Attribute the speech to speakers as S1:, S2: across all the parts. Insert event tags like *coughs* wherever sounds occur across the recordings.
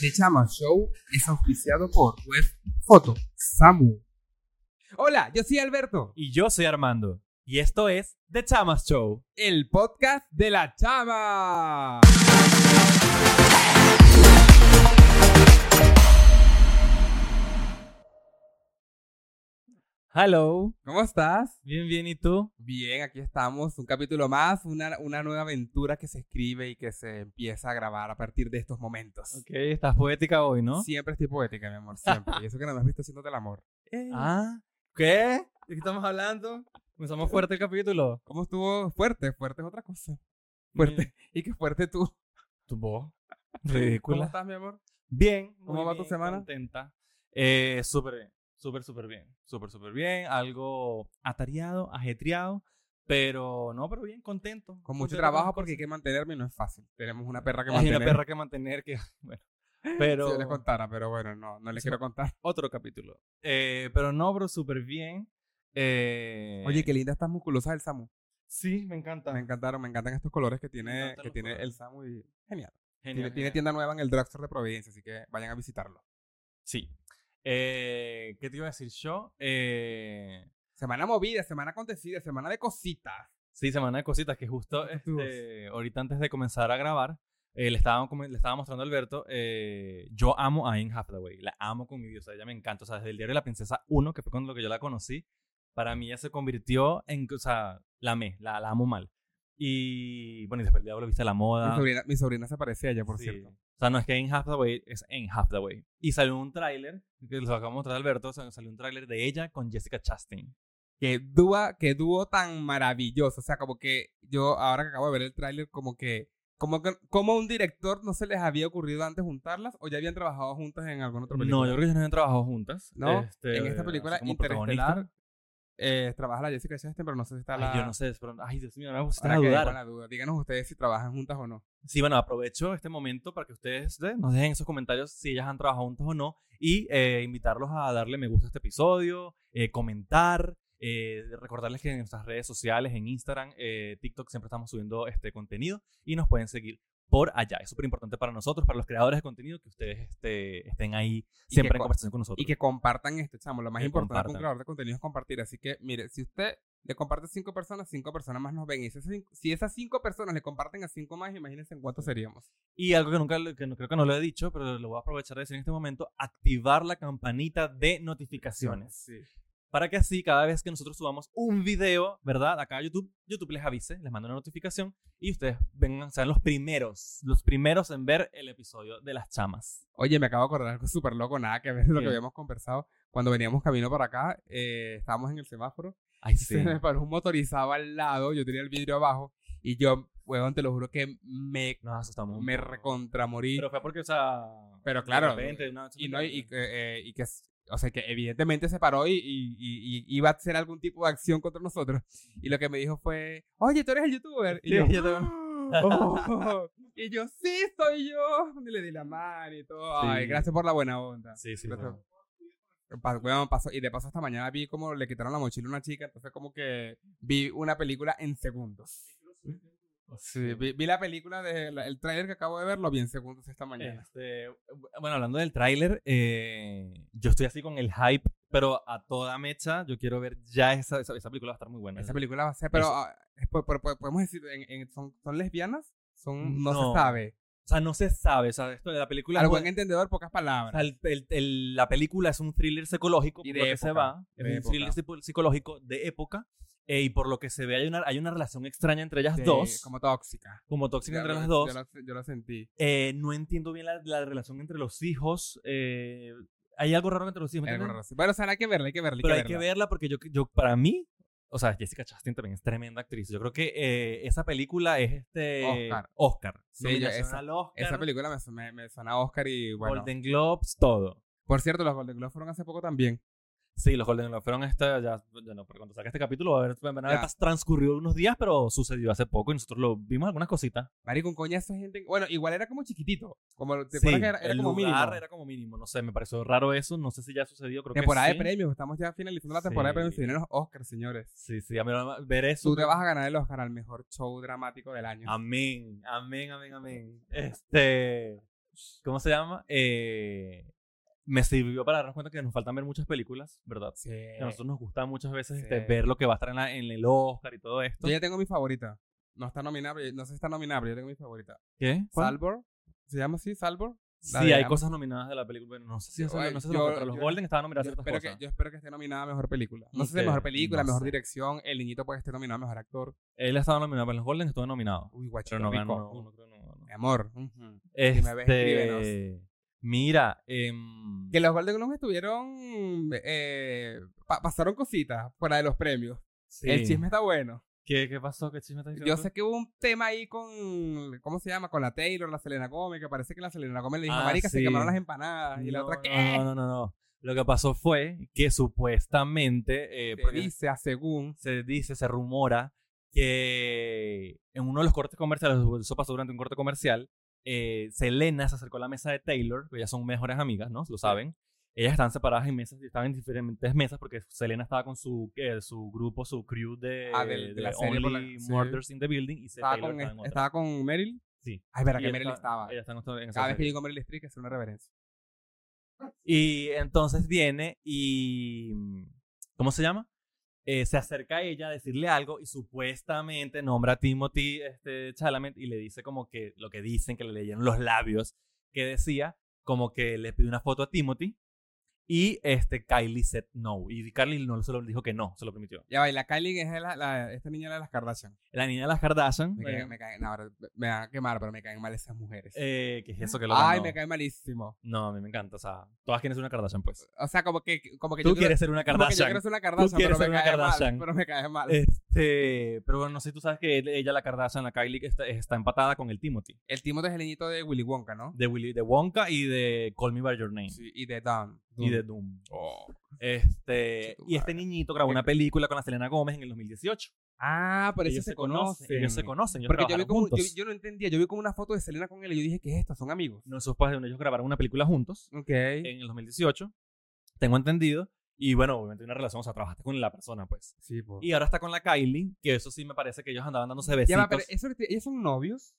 S1: The Chama Show es auspiciado por Web Foto, Samu. Hola, yo soy Alberto,
S2: Y yo soy Armando. Y esto es The Chamas Show.
S1: el podcast de la Chama.
S2: Hello.
S1: ¿Cómo estás?
S2: Bien, bien, ¿y tú?
S1: Bien, aquí estamos, un capítulo más, una, una nueva aventura que se escribe y que se empieza a grabar a partir de estos momentos.
S2: Ok, estás poética hoy, ¿no?
S1: Siempre estoy poética, mi amor, siempre. y eso que no me has visto haciéndote el amor. Eh,
S2: Ah, ¿qué? ¿De qué estamos hablando? Comenzamos fuerte el capítulo.
S1: ¿Cómo estuvo? Fuerte, fuerte es otra cosa. Fuerte. Y qué fuerte tú.
S2: Tu voz.
S1: ¿Cómo
S2: Ridícula.
S1: estás, mi amor?
S2: Bien.
S1: ¿Cómo
S2: muy
S1: va tu
S2: bien,
S1: semana?
S2: Contenta. Eh, súper bien. Súper, súper bien. Súper, súper bien. Algo atareado, ajetreado. Pero no, pero bien, contento.
S1: Con mucho
S2: Contento
S1: trabajo
S2: las
S1: porque hay que
S2: cosas.
S1: mantenerme y no es fácil. Tenemos una perra que
S2: Hay
S1: mantener.
S2: una perra que mantener que. *laughs* Bueno. Pero.
S1: Si yo les contara, pero bueno, no, no les
S2: Sí.
S1: quiero contar.
S2: otro capítulo. Eh, pero no, bro, súper bien. Eh,
S1: Oye, qué linda estás musculosa el Samu.
S2: Sí, me encanta.
S1: Me encantaron, me encantan estos colores que tiene,
S2: encantan
S1: que
S2: los
S1: tiene
S2: colores.
S1: el Samu y genial.
S2: Genial,
S1: Tiene, tiene
S2: genial.
S1: tienda nueva en el Drugstore de Providencia, así que vayan a visitarlo.
S2: Sí. Eh, ¿Qué te iba a decir yo? Eh,
S1: Semana movida, semana acontecida, semana de cositas.
S2: sí, semana de cositas
S1: *laughs*
S2: que justo
S1: Activos.
S2: este, ahorita antes de comenzar a grabar eh, le, estaba, comen- le estaba mostrando a Alberto. eh, yo amo a Anne Hathaway. La amo con mi vida. O sea, ella me encanta. O sea, desde el diario de la princesa 1, que fue con lo que yo la conocí, para mí ella se convirtió en... O sea, la amé. La, la amo mal. Y bueno, y después el diablo viste la
S1: Mi,
S2: moda.
S1: sobrina, mi sobrina se parecía a ella, por
S2: Ah. Sí.
S1: cierto.
S2: O sea, no es que en Half the Way, es en Half the Way. Y salió un tráiler, que lo acabamos de mostrar a Alberto, sal- salió un tráiler de ella con Jessica Chastain.
S1: Qué dúo, qué dúo tan maravilloso. O sea, como que yo ahora que acabo de ver el tráiler, como que, como que, como a un director no se les había ocurrido antes juntarlas o ya habían trabajado juntas en algún otro película.
S2: No, yo creo que ellos no habían trabajado juntas.
S1: ¿No?
S2: Este,
S1: en esta
S2: así
S1: película
S2: como
S1: Interestelar
S2: protagonista.
S1: eh, trabaja la Jessica Chastain, pero no sé si está
S2: Ay,
S1: la.
S2: yo no sé, pero, ay, Dios mío, ahora me pusiste
S1: Ahora
S2: a
S1: quedé
S2: Ah, dudar.
S1: con la duda. Díganos ustedes si trabajan juntas o no.
S2: Sí, bueno, aprovecho este momento para que ustedes eh, nos dejen en sus comentarios si ellas han trabajado juntas o no y eh, invitarlos a darle me gusta a este episodio, eh, comentar, eh, recordarles que en nuestras redes sociales, en Instagram, eh, TikTok, siempre estamos subiendo este contenido y nos pueden seguir por allá. Es súper importante para nosotros, para los creadores de contenido, que ustedes este, estén ahí
S1: que
S2: siempre en
S1: co-
S2: conversación con nosotros.
S1: Y que compartan este, chamo. Lo más
S2: Que
S1: importante para un
S2: compartan.
S1: creador de contenido es compartir. Así que, mire, si usted le comparte a cinco personas, cinco personas más nos ven. Y si esas cinco, si esas cinco personas le comparten a cinco más, imagínense en cuántos seríamos.
S2: Y algo que nunca, lo- que no, creo que no lo he dicho, pero lo voy a aprovechar de decir en este momento, activar la campanita de notificaciones.
S1: Sí.
S2: para que así cada vez que nosotros subamos un video, ¿verdad? Acá a YouTube, YouTube les avise, les manda una notificación y ustedes vengan, sean los primeros, los primeros en ver el episodio de las chamas.
S1: Oye, me acabo de acordar algo súper loco, nada que ver con lo que
S2: ¿Qué?
S1: habíamos conversado. Cuando veníamos camino para acá, eh, estábamos en el semáforo. *laughs*
S2: Ay, sí.
S1: Se me paró un motorizado al lado, yo tenía el vidrio abajo. Y yo, huevón, te lo juro que me,
S2: Nos asustamos. un
S1: me
S2: poco.
S1: recontramorí.
S2: Pero fue porque, o sea...
S1: Pero claro,
S2: de repente, una vez-
S1: y no y, que, eh, y que s- o sea que evidentemente se paró y, y- y- y iba a hacer algún tipo de acción contra nosotros y lo que me dijo fue oye tú eres el youtuber y
S2: Sí,
S1: yo,
S2: *laughs* yo también.
S1: "Oh". y yo sí soy yo y le di la mano y todo ay
S2: Sí.
S1: gracias por la buena onda
S2: Sí, sí.
S1: Gracias.
S2: fue.
S1: Pa- weón, pasó- y de paso esta mañana vi como le quitaron la mochila a una chica entonces como que vi una película en segundos
S2: *laughs*
S1: Sí, vi, vi la película de la- el tráiler que acabo de ver lo vi en segundos esta mañana
S2: Este, bueno, hablando del tráiler, eh, yo estoy así con el hype, pero a toda mecha, yo quiero ver ya esa, esa, esa película va a estar muy buena.
S1: Esa película va a ser, pero
S2: Eso-
S1: ah, po- po- po- podemos decir, en- en- son, son lesbianas? Son, no,
S2: No.
S1: se sabe.
S2: O sea, no se sabe, o sea, esto de la película...
S1: Al
S2: no-
S1: buen entendedor, pocas
S2: O sea,
S1: palabras.
S2: el- el- el- la película es un thriller psicológico
S1: Y
S2: por
S1: de
S2: lo que se
S1: época,
S2: va.
S1: de
S2: Es un
S1: época.
S2: thriller psico- psicológico de época. eh, y por lo que se ve, hay una, hay una relación extraña entre ellas
S1: de-
S2: dos,
S1: Como
S2: como,
S1: tóxica.
S2: tóxica
S1: Ya
S2: entre
S1: lo-
S2: las dos.
S1: Yo lo, yo lo sentí.
S2: Eh, no entiendo bien la, la relación entre los hijos. eh, hay algo raro entre los hijos. ¿me
S1: Algo
S2: entiendes?
S1: raro así. Eh, Bueno, o sea, hay que verla, hay que verla.
S2: Pero hay que
S1: verla.
S2: verla porque yo, yo, para mí, o sea, Jessica Chastain también es tremenda actriz. Yo creo que eh, esa película es este.
S1: Oscar.
S2: Oscar.
S1: Sí, yo-
S2: Nominación
S1: esa-
S2: al Oscar,
S1: Esa película me, me, me suena a Oscar y bueno.
S2: Golden Globes, todo.
S1: Por cierto, los Golden Globes fueron hace poco también.
S2: Sí, los Golden Globes fueron esta, ya, bueno, pero cuando saque este capítulo va a haber, van a haber
S1: Ya.
S2: pas- transcurrido unos días, pero sucedió hace poco y nosotros lo vimos algunas cositas.
S1: Marico, un coñazo de gente. Bueno, igual era como chiquitito. Como, ¿Te
S2: Sí,
S1: acuerdas que era, era
S2: el
S1: como
S2: lugar
S1: mínimo?
S2: era como mínimo, no sé, me pareció raro eso, no sé si ya sucedió, creo
S1: Temporada
S2: que
S1: de
S2: sí.
S1: premios. Estamos ya finalizando la temporada de premios.
S2: Sí.
S1: Se vienen los Oscars, señores.
S2: Sí, sí, a mí no me- ver eso.
S1: Tú te vas a ganar el Oscar al mejor show dramático del año.
S2: Amén, amén, amén, amén. Este, ¿Cómo se llama? Eh, me sirvió para darnos cuenta que nos faltan ver muchas películas, ¿verdad?
S1: Sí.
S2: Que a nosotros nos gusta muchas veces
S1: Sí.
S2: este, ver lo que va a estar en, la- en el Oscar y todo esto.
S1: Yo ya tengo mi favorita. No está nominada, pero- no sé si está nominada, pero yo tengo mi favorita.
S2: ¿Qué? ¿Cuál?
S1: Salvor. ¿Se llama así? Salvor. la
S2: Sí,
S1: de
S2: hay
S1: Am-
S2: cosas nominadas de la película. pero No sé si eso,
S1: Ay,
S2: no sé si
S1: yo-
S2: lo- pero los
S1: yo-
S2: Golden estaban
S1: Yo
S2: nominados a
S1: espero,
S2: ciertas
S1: que,
S2: cosas.
S1: yo espero que esté nominada a mejor película. No sé si
S2: Ok,
S1: mejor película,
S2: no
S1: mejor
S2: sé.
S1: dirección. El niñito puede estar nominado a mejor actor.
S2: Él estaba nominado, pero en los Golden estuvo nominado.
S1: Uy, guachito
S2: Pero no
S1: rico.
S2: ganó.
S1: Uh,
S2: no creo, no ganó.
S1: Mi amor. ujú. me ves,
S2: Este,
S1: escríbenos.
S2: mira, em,
S1: Que los Golden Globes estuvieron. eh, pa- pasaron cositas fuera de los premios.
S2: sí.
S1: El chisme está bueno.
S2: ¿Qué, qué pasó? ¿Qué chisme estás diciendo?
S1: Yo
S2: tú?
S1: sé que hubo un tema ahí con. ¿Cómo se llama? Con la Taylor, la Selena Gómez, que parece que la Selena Gómez le dijo,
S2: Ah,
S1: Marica, se
S2: sí.
S1: quemaron las empanadas. Y la
S2: No,
S1: otra, ¿qué?
S2: No, no, no, no. Lo que pasó fue que supuestamente eh,
S1: Se
S2: porque
S1: dice, a según.
S2: se dice, se rumora que en uno de los cortes comerciales, eso pasó durante un corte comercial, eh, Selena se acercó a la mesa de Taylor, que ellas son mejores amigas, ¿no? Lo saben. Ellas están separadas en mesas, estaban en diferentes mesas porque Selena estaba con su, eh, su grupo, su crew de,
S1: Ah, del- de la serie por la-
S2: Only
S1: sí.
S2: Murders in the Building y
S1: Estaba
S2: este, Taylor
S1: con,
S2: estaba en otra.
S1: estaba con Meryl.
S2: Sí.
S1: Ay, verdad
S2: Y
S1: que
S2: ella
S1: Meryl
S2: está-
S1: estaba.
S2: ella está en otra- en esa
S1: Cada vez que
S2: serie.
S1: digo Meryl Streep, que es una reverencia.
S2: Y entonces viene y. mm, ¿Cómo se llama? Eh, se acerca a ella a decirle algo y supuestamente nombra a Timothy este, Chalamet y le dice como que lo que dicen, que le leyeron los labios, que decía como que le pidió una foto a Timothy y este, Kylie said no. Y Kylie no solo dijo que no, se lo permitió.
S1: Ya va, y la Kylie es la, la- esta niña de las Kardashian.
S2: La niña de las Kardashian,
S1: Me, caen, me caen- no, ahora me van a quemar, pero me caen mal esas mujeres.
S2: eh, que es eso que lo
S1: Ay,
S2: ganó.
S1: me caen malísimo.
S2: No, a mí me encanta. O sea, todas quieren ser una Kardashian, pues.
S1: O sea, como que, como que
S2: Tú
S1: yo quiero-
S2: quieres ser una
S1: como que yo
S2: Kardashian.
S1: quiero ser una Kardashian, pero
S2: quieres
S1: me
S2: ser una
S1: cae mal.
S2: Kardashian. Eh.
S1: Pero me cae mal.
S2: Este, pero bueno, no sé si tú sabes que él- ella, la Kardashian, la Kylie, que está, está empatada con el Timothy.
S1: El Timothy es el niñito de Willy Wonka, ¿no?
S2: De, Willy, de Wonka y de Call Me By Your Name.
S1: Sí, y de Dan.
S2: Y de Doom.
S1: Oh.
S2: Este,
S1: Chico,
S2: y este
S1: madre.
S2: niñito grabó una película con la Selena Gómez en el 2018.
S1: Ah, pero ellos se, conocen.
S2: Ellos se conocen. Ellos
S1: Porque yo, vi
S2: trabajaron
S1: como, yo,
S2: juntos.
S1: yo no entendía. Yo vi como una foto de Selena con él y yo dije, ¿qué es esto? Son amigos.
S2: No, Eh. esos padres, ellos grabaron una película juntos
S1: Ok.
S2: en el 2018. Tengo entendido. Y bueno, obviamente una relación, o sea, trabajaste con la persona, pues.
S1: sí, po.
S2: Y ahora está con la Kylie, que eso sí me parece que ellos andaban dándose
S1: Ya
S2: besitos.
S1: va, pero eso, ¿ellos son novios?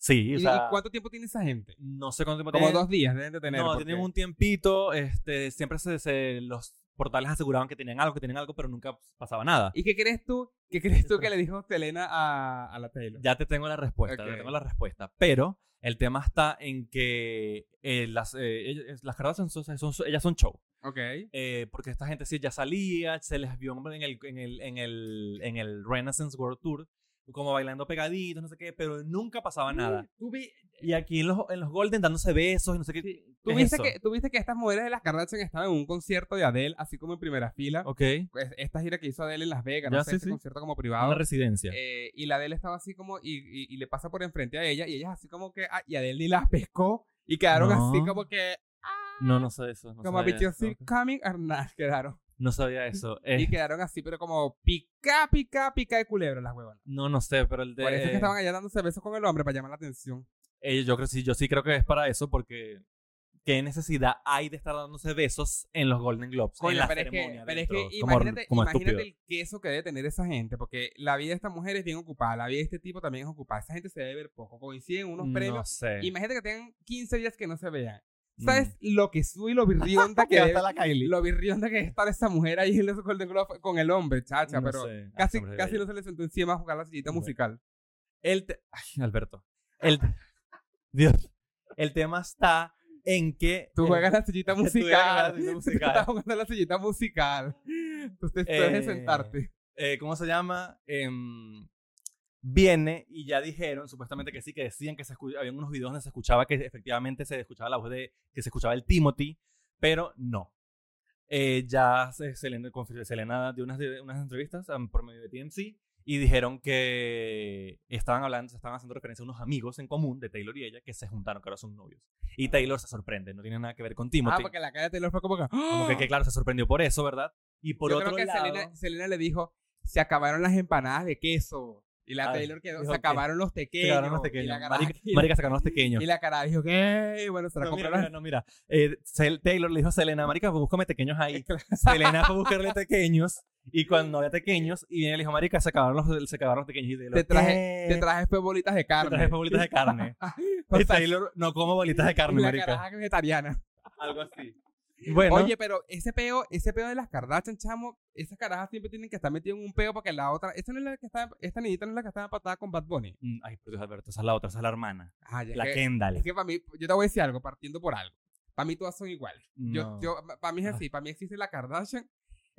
S2: Sí,
S1: ¿Y,
S2: o
S1: y
S2: sea,
S1: cuánto tiempo tiene esa gente?
S2: no sé cuánto tiempo
S1: Como
S2: tienen.
S1: dos días deben de tener.
S2: No,
S1: porque-
S2: tienen un tiempito, este, siempre se, se- los portales aseguraban que tenían algo, que tenían algo, pero nunca pasaba nada.
S1: ¿Y qué crees tú? ¿Qué crees tú que le dijo Selena a, a la Taylor?
S2: Ya te tengo la respuesta,
S1: Ok.
S2: ya tengo la respuesta. Pero el tema está en que eh, las, eh, ellas- las Kardashian son, son- son- ellas son show.
S1: Ok.
S2: Eh, porque esta gente sí ya salía, se les vio en el, en el, en el, en el Renaissance World Tour, como bailando pegaditos, no sé qué, pero nunca pasaba nada.
S1: Tú, vi-
S2: Y aquí en los, en los Golden dándose besos y no sé qué.
S1: tú
S2: ¿Qué es
S1: viste
S2: eso?
S1: que, tú viste que estas mujeres de las Kardashian estaban en un concierto de Adele, así como en primera fila.
S2: Ok,
S1: Pues, Esta gira que hizo Adele en Las Vegas,
S2: Ya,
S1: no sé,
S2: sí,
S1: este
S2: sí.
S1: concierto como privado.
S2: una residencia.
S1: Eh, y la Adele estaba así como, y, y- y le pasa por enfrente a ella, y ella así como que, ah, y Adele ni las pescó, y quedaron
S2: No.
S1: así como que,
S2: No, no sé eso. No
S1: como
S2: sabía
S1: bitches
S2: eso.
S1: are coming, or not", quedaron.
S2: No sabía
S1: *laughs*
S2: eso.
S1: Y
S2: Eh,
S1: quedaron así, pero como pica, pica, pica de culebra las huevonas.
S2: no, no sé, pero el de.
S1: Por eso es que estaban allá dándose besos con el hombre para llamar la atención.
S2: eh, yo, creo, sí, yo sí creo que es para eso, porque. ¿Qué necesidad hay de estar dándose besos en los Golden Globes?
S1: Coño,
S2: en la
S1: pero es que,
S2: ceremonia.
S1: pero es que
S2: dentro, como-
S1: imagínate,
S2: como
S1: imagínate
S2: estúpido.
S1: el queso que debe tener esa gente, porque la vida de esta mujer es bien ocupada, la vida de este tipo también es ocupada. Esa gente se debe ver poco, coinciden unos
S2: No
S1: premios.
S2: sé.
S1: Imagínate que tengan 15 días que no se vean.
S2: Mm.
S1: ¿Sabes
S2: *laughs*
S1: lo que sube y lo virrionda que
S2: Ya
S1: debe-
S2: está la Kylie.
S1: Lo virrionda que es estar esa mujer ahí en los Golden Globes con el hombre, chacha,
S2: No
S1: pero
S2: sé. Ah,
S1: casi,
S2: hombre,
S1: casi
S2: bello.
S1: no se le sentó encima a jugar la sillita
S2: Bueno.
S1: musical.
S2: El te- Ay, Alberto. El... *laughs* Dios. El tema está en que.
S1: Tú
S2: eh,
S1: juegas la sillita
S2: *laughs* tú juegas
S1: musical.
S2: la
S1: *laughs*
S2: sillita
S1: Tú
S2: musical.
S1: estás jugando la sillita musical. Entonces tú debes
S2: Eh,
S1: sentarte.
S2: eh, ¿cómo se llama? Em, viene y ya dijeron, supuestamente que sí, que decían que se escu- había unos videos donde se escuchaba que efectivamente se escuchaba la voz de, que se escuchaba el Timothy, pero no. Eh, ya se- Selena, confi- Selena dio unas, de- unas entrevistas am, por medio de TMC y dijeron que estaban hablando, se estaban haciendo referencia a unos amigos en común de Taylor y ella que se juntaron, que ahora son novios. Y Taylor se sorprende, no tiene nada que ver con Timothy.
S1: Ah, porque la cara de Taylor fue como que. ¡Ah!
S2: Como que, que, claro, se sorprendió por eso, ¿verdad? Y por
S1: Yo
S2: otro
S1: creo que
S2: lado...
S1: Selena, Selena le dijo, se acabaron las empanadas de queso. Y la
S2: Ay,
S1: Taylor quedó,
S2: Ah, dijo
S1: se
S2: que-
S1: acabaron los
S2: Se
S1: tequeños.
S2: acabaron los
S1: Y
S2: pequeños.
S1: la cara,
S2: Marica,
S1: *laughs* y la-
S2: marica, se acabaron los pequeños.
S1: y la cara dijo, ¿qué? Bueno, se la
S2: No, mira,
S1: compró
S2: mira, no, mira. Eh, Sel- Taylor le dijo a Selena, marica, pues búscame tequeños
S1: *laughs*
S2: ahí. Selena fue a buscarle tequeños. Y cuando no había tequeños, y viene y le dijo, marica, se acabaron los, se acabaron los tequeños. Y
S1: *laughs*
S2: Taylor,
S1: Te traje-
S2: "¿Qué?".
S1: Te traje fue bolitas de *laughs*
S2: Te
S1: carne.
S2: traje favoritas de carne. Y Taylor no como bolitas de carne,
S1: la
S2: marica.
S1: caraja que es vegetariana.
S2: Algo así. Bueno,
S1: Oye, pero ese peo, ese peo de las Kardashian, chamo, esas carajas siempre tienen que estar metidas en un peo porque la otra, esta no es la que está, esta niñita no es la que está empatada con Bad Bunny.
S2: mm, ay, pero Alberto, esa es la otra, esa es la hermana.
S1: Ah, ya
S2: La
S1: que-
S2: Kendall.
S1: Es que para mí, yo te voy a decir algo, partiendo por algo. Para mí todas son iguales. Yo,
S2: No.
S1: yo, para mí es así, para mí existe la Kardashian,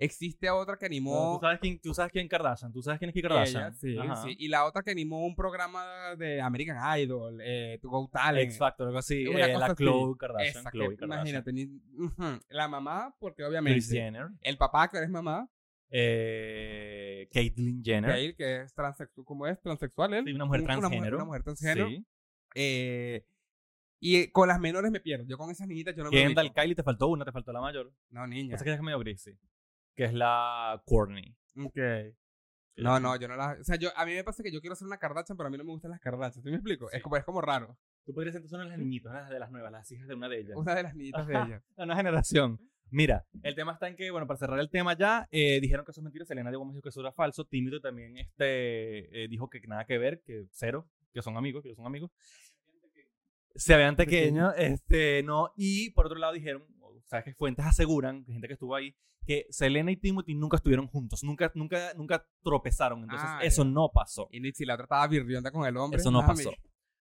S1: existe otra que
S2: No,
S1: animó
S2: ¿Tú, sabes quién, tú sabes quién Kardashian, tú sabes quién es Kim Kardashian.
S1: ella, sí,
S2: Ajá.
S1: sí, y la otra que animó un programa de American Idol, eh, To Go Talent.
S2: X Factor, algo así.
S1: Una
S2: eh,
S1: cosa
S2: la
S1: así.
S2: Khloe Kardashian.
S1: Esa que,
S2: Khloe Kardashian.
S1: imagínate, ni- ujú, la mamá, porque
S2: Kris
S1: obviamente
S2: Jenner.
S1: el papá que eres mamá,
S2: Eh, Caitlyn Jenner.
S1: Gail, que es transexual, ¿cómo es? Transexual, él.
S2: Sí, una mujer
S1: Un-
S2: transgénero.
S1: Una mujer, transgénero.
S2: Sí.
S1: Eh, y eh, con las menores me pierdo. Yo con esas niñitas yo no me
S2: Kendall,
S1: ubico.
S2: Kylie, te faltó una, te faltó la mayor.
S1: No, niña.
S2: Esa que es medio gris, sí. Que es la Courtney.
S1: Ok.
S2: Que-
S1: No, no, yo no las. O sea, yo, a mí me pasa que yo quiero ser una Kardashian, pero a mí no me gustan las Kardashian. ¿Sí me explico? Es, como, es como raro.
S2: Tú podrías ser entonces una de las niñitas, una de las nuevas, las hijas de una de ellas.
S1: Una de las niñitas de
S2: Ajá.
S1: ella.
S2: La nueva generación. Mira, el tema está en que, bueno, para cerrar el tema ya, eh, dijeron que eso es mentira. Selena Gómez dijo que eso era falso. Tímido también este, eh, dijo que nada que ver, que cero, que son amigos, que ellos son amigos. Se vean pequeños, este, no. Y por otro lado dijeron, o sabes que fuentes aseguran, que gente que estuvo ahí, que Selena y Timothy nunca estuvieron juntos, nunca, nunca, nunca tropezaron. Entonces,
S1: Ah,
S2: eso
S1: ya.
S2: no pasó.
S1: Y ni si la otra estaba virrionda con el hombre.
S2: Eso no
S1: mami.
S2: pasó.